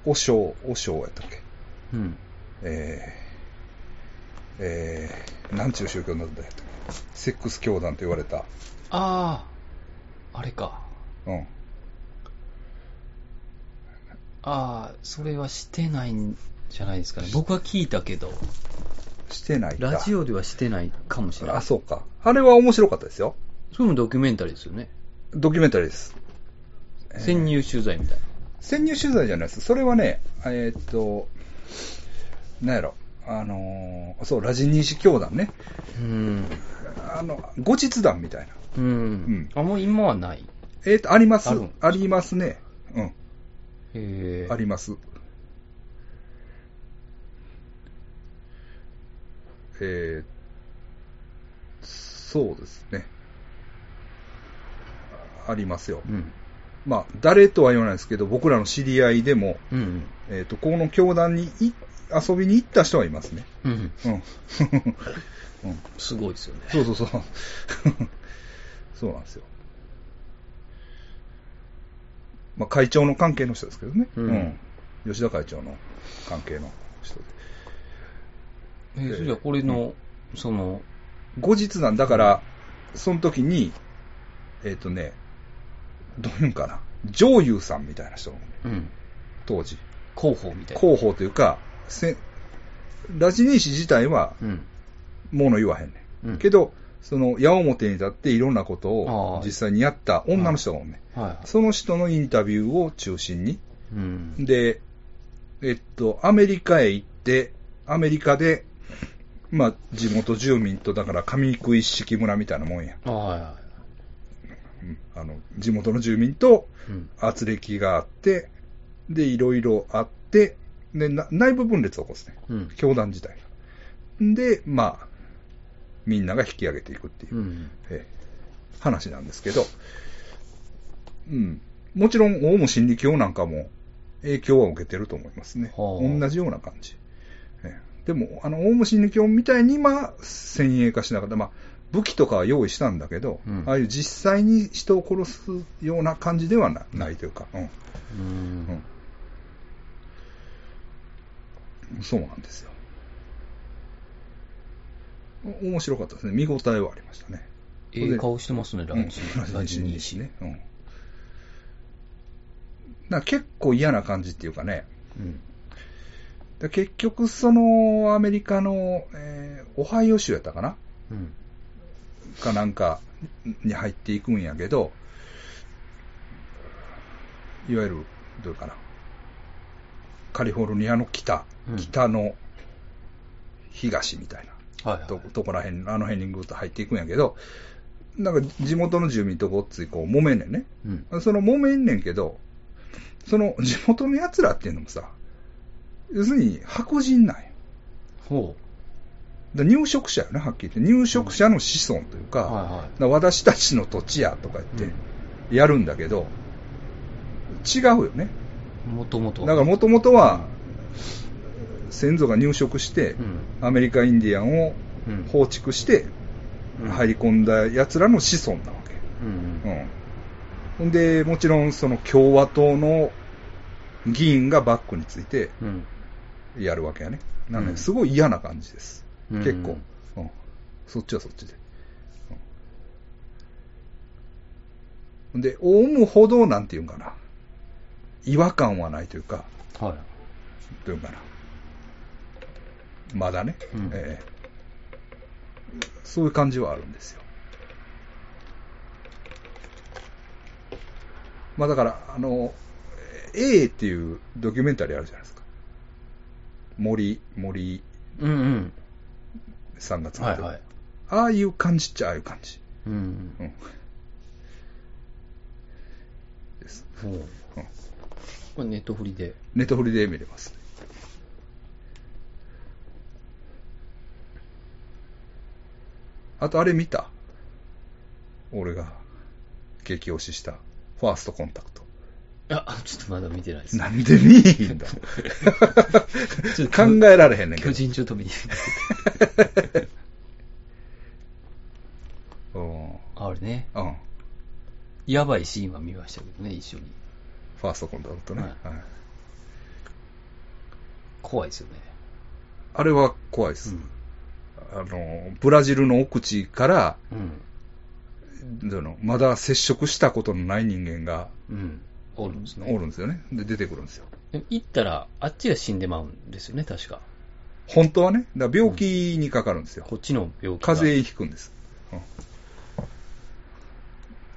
S1: オショー、オショーやったっけ
S2: うん。
S1: えー、えー、なんちゅう宗教なんだよ。セックス教団と言われた。
S2: ああ、あれか。
S1: うん。
S2: ああ、それはしてないんじゃないですかね。僕は聞いたけど、
S1: してないか。
S2: ラジオではしてないかもしれない。
S1: あ、そうか。あれは面白かったですよ。
S2: それもドキュメンタリーですよね。
S1: ドキュメンタリーです。えー
S2: 潜入取材みたいな。
S1: 潜入取材じゃないです。それはね、えーっと、なんやろ。あのーそう、ラジニーシ教団ね。
S2: うん。
S1: あの、後日談みたいな。
S2: うん。
S1: ん
S2: あ、もう今はない。
S1: えーっと、あります。
S2: あ
S1: あ
S2: るん
S1: りますね。うん。
S2: えー、
S1: あります。えーそうですね。ありますよ。
S2: うん。
S1: まあ、誰とは言わないですけど、僕らの知り合いでも、
S2: うん。
S1: えっ、と、この教団にい遊びに行った人はいますね。
S2: うん。
S1: うん。うん、
S2: すごいですよね。
S1: そうそうそう。 [laughs] そうなんですよ。まあ、会長の関係の人ですけどね。
S2: うん
S1: うん吉田会長の関係の人で。
S2: えー、それじゃあこれの、その、
S1: 後日談、だから、その時に、えっ、とね、どういうんかな。上優さんみたいな人、
S2: うん。
S1: 当時。
S2: 広報みたいな。
S1: 広報というか、せラジニー氏自体は
S2: うん。
S1: 物言わへんね。
S2: うんん。
S1: けど、その矢面に立っていろんなこと
S2: あ
S1: を
S2: ー
S1: 実際にやった女の人がおんね、
S2: はいはい。
S1: その人のインタビューを中心に、
S2: うん。
S1: で、えっと、アメリカへ行って、アメリカで、まあ、地元住民と、だから上区一式村みたいなもんや。
S2: あはいは
S1: うんあの、地元の住民と、
S2: い。うん。
S1: 圧力があって、で、いろいろあって、で、な内部分裂を起こすね。
S2: うん。
S1: 教団自体が。で、まあ、みんなが引き上げていくっていう、
S2: うん。
S1: ええ話なんですけど、うん。もちろん、オウム真理教なんかも影響は受けてると思いますね。
S2: はあ
S1: 同じような感じ。ええでも、あの、オウム真理教みたいに、まあ、先鋭化しなかった。まあ、武器とかは用意したんだけど、
S2: うん
S1: ああいう実際に人を殺すような感じではなないというか、うん。
S2: う。
S1: うんんそうなんですよ。お面白かったですね。見応えはありましたね。
S2: ええ顔してますね、ラジ
S1: うん
S2: ラジニー氏。
S1: ね。うん。なんか結構嫌な感じっていうかね、
S2: うん。
S1: で結局、その、アメリカの、えーオハイオ州やったかな
S2: うん。
S1: かなんかに入っていくんやけど、いわゆる、どうかな、カリフォルニアの北、
S2: うん
S1: 北の東みたい
S2: はい、
S1: な
S2: は
S1: ととこらへん、あの辺にぐっと入っていくんやけど、なんか地元の住民とごっついこう揉めんねんね。
S2: い。うん。
S1: その揉めんねんけど、その地元の奴らっていうのもさ、要するに白人なんや。
S2: ほ
S1: だから入植者やね、はっきり言って。入植者の子孫という
S2: う。
S1: か、
S2: はいはい。
S1: な私たちの土地やとか言ってやるんだけど、違うよね。
S2: もともと。
S1: だからもともとは、先祖が入植して、
S2: うん
S1: アメリカインディアンを
S2: うん
S1: 放築して
S2: うん
S1: 入り込んだ奴らの子孫なわ
S2: うん
S1: け。うん。ほんで、もちろんその共和党の議員がバックについて
S2: うん。うん。
S1: やるわけやね。なの
S2: うん
S1: で、すごい嫌な感じです。
S2: うん
S1: 結構、うん、そっちはそっちで。うん、で、オウムほど、なんていうんかな、違和感はないというか、
S2: は
S1: どういうんかな、まだね、
S2: うん
S1: ええそういう感じはあるんですよ。まあだから、あの、A っていうドキュメンタリーあるじゃないですか。森、森
S2: い。うんうん。
S1: さんが作
S2: は
S1: って
S2: い
S1: る。
S2: はい。
S1: ああいう感じっちゃああいう感じ。
S2: うん
S1: うん。です。
S2: ほう。
S1: うん
S2: これネットフリで。
S1: ネットフリで見れますね。あとあれ見た俺が激推ししたファーストコンタクト。
S2: いや、ちょっとまだ見てないです。
S1: なんで見えへんだ
S2: ちょっと
S1: 考えられへんねんけ
S2: 巨
S1: ど。
S2: 人ちょっと見て。
S1: うん。うん。
S2: あれね。
S1: フ
S2: やばいシーンは見ましたけどね、一緒に。
S1: ァーストコンタクトね。
S2: はい
S1: はい
S2: 怖いですよね。
S1: あれは怖いです。あの、ブラジルの奥地から、
S2: うん。
S1: そのまだ接触したことのない人間が
S2: うん。おるんですね。
S1: おるんですよね。で、出てくるんですよ。
S2: でも行ったら、あっちが死んでまうんですよね、確か。
S1: 本当はね、だから病気にかかるんですよ。
S2: こっちの病気が。
S1: 風邪ひくんです。うん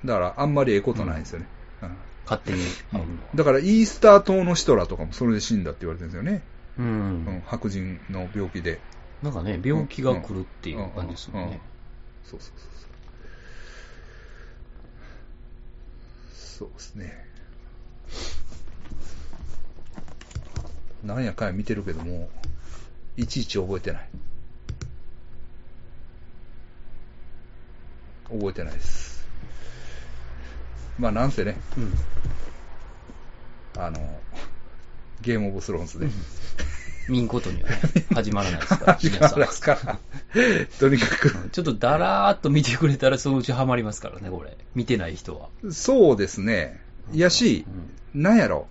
S1: だから、あんまりええことないんですよね。うん
S2: 勝手に会うのは。
S1: だから、イースター島の人らとかもそれで死んだって言われてるんですよね。
S2: う
S1: うん
S2: ん。
S1: 白人の病気で。
S2: なんかね、病気が来るっていう感じですもん
S1: うんうんうん
S2: ね。
S1: そうそうそうそう。そうですね。なんやかんや見てるけども、いちいち覚えてない。覚えてないです。まあなんせね、
S2: うん。
S1: あの、ゲームオブスローンズで。
S2: 見んこ
S1: [laughs]
S2: とにはね、始まらないですから、
S1: 時
S2: 皆
S1: 間
S2: さ
S1: ないですから。
S2: [laughs]
S1: とにかく、
S2: ん。ちょっとだらーっと見てくれたら、そのうちハマりますからね、これ。見てない人は。
S1: そうですね。いやし、
S2: う
S1: なんやろ。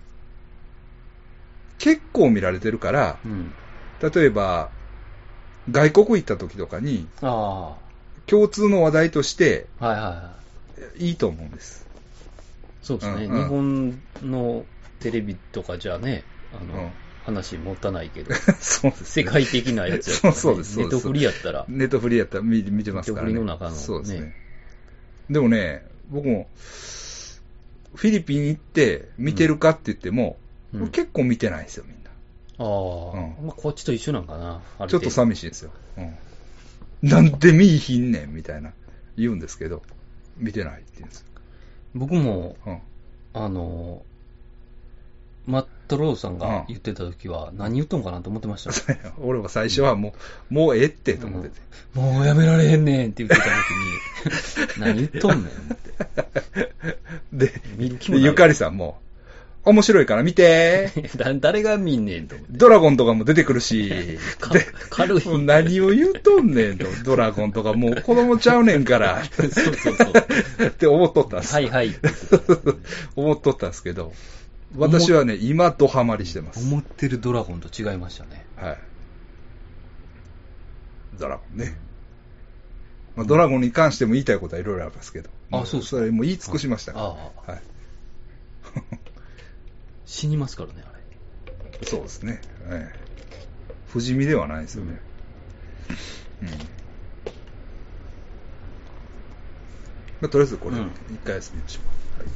S1: 結構見られてるから、
S2: ん。うん。
S1: 例えば、外国行った時とかに、
S2: あ
S1: 共通の話題として
S2: あ、はいはいはい。
S1: いいと思うんです。
S2: そうですね、
S1: うんうん
S2: 日本のテレビとかじゃね、あの、
S1: うん [laughs]
S2: 話持たないけど、
S1: そうです。
S2: 世界的なやつやった
S1: そ
S2: ら、
S1: う [laughs]
S2: ね、
S1: そうです。
S2: ネ
S1: そう
S2: ッ
S1: で
S2: ト
S1: す
S2: フリやったら、
S1: ネットフリーやったら見見てますからね。
S2: ネットフリの中のね
S1: そうですね。でもね、僕も、フィリピン行って見てるかって言っても、
S2: うん
S1: 結構見てないんですよ、みんな。
S2: ああ、
S1: うん
S2: まあ、こっちと一緒なんかな、ある
S1: ちょ
S2: 程
S1: っと
S2: 度
S1: 寂しいんですよ。うん。なんで見いひんねんみたいな言うんですけど、見てないって言うんですよ。
S2: 僕も、
S1: うん。
S2: あの、マットローさんが言ってた時は、何言っとんかなと思ってましたよ。
S1: [laughs] 俺は最初はもう、もうええってと思ってて。
S2: [laughs] もうやめられへんねんって言ってた時に、 [laughs] 何言っとんねんって。
S1: で、
S2: 見る気も
S1: で
S2: ない
S1: ゆかりさんも、面白いから見
S2: [laughs]
S1: て
S2: だ誰が見んねんと思って。
S1: ドラゴンとかも出てくるし、
S2: [laughs]
S1: で
S2: か軽い。
S1: もう何を言うとんねんと、ドラゴンとかもう子供ちゃうねんから、
S2: [laughs] そうそうそう。
S1: って思っとったんです。
S2: はい [laughs] はい。
S1: [laughs] 思っとったんですけど、私はね、今ドハマりしてます。
S2: 思ってるドラゴンと違いましたね。
S1: はい。ドラゴンね。まあ、ドラゴンに関しても言いたいことはいろいろありますけど。
S2: あ
S1: も
S2: そうですか
S1: それもう言い尽くしましたか
S2: ああ、
S1: ら。はい。
S2: 死にますからね、あれ。
S1: そうですね。ええ不死身ではないですよね。うん。まあ、とりあえずこれ、
S2: うん
S1: 一回休みましょう。はい。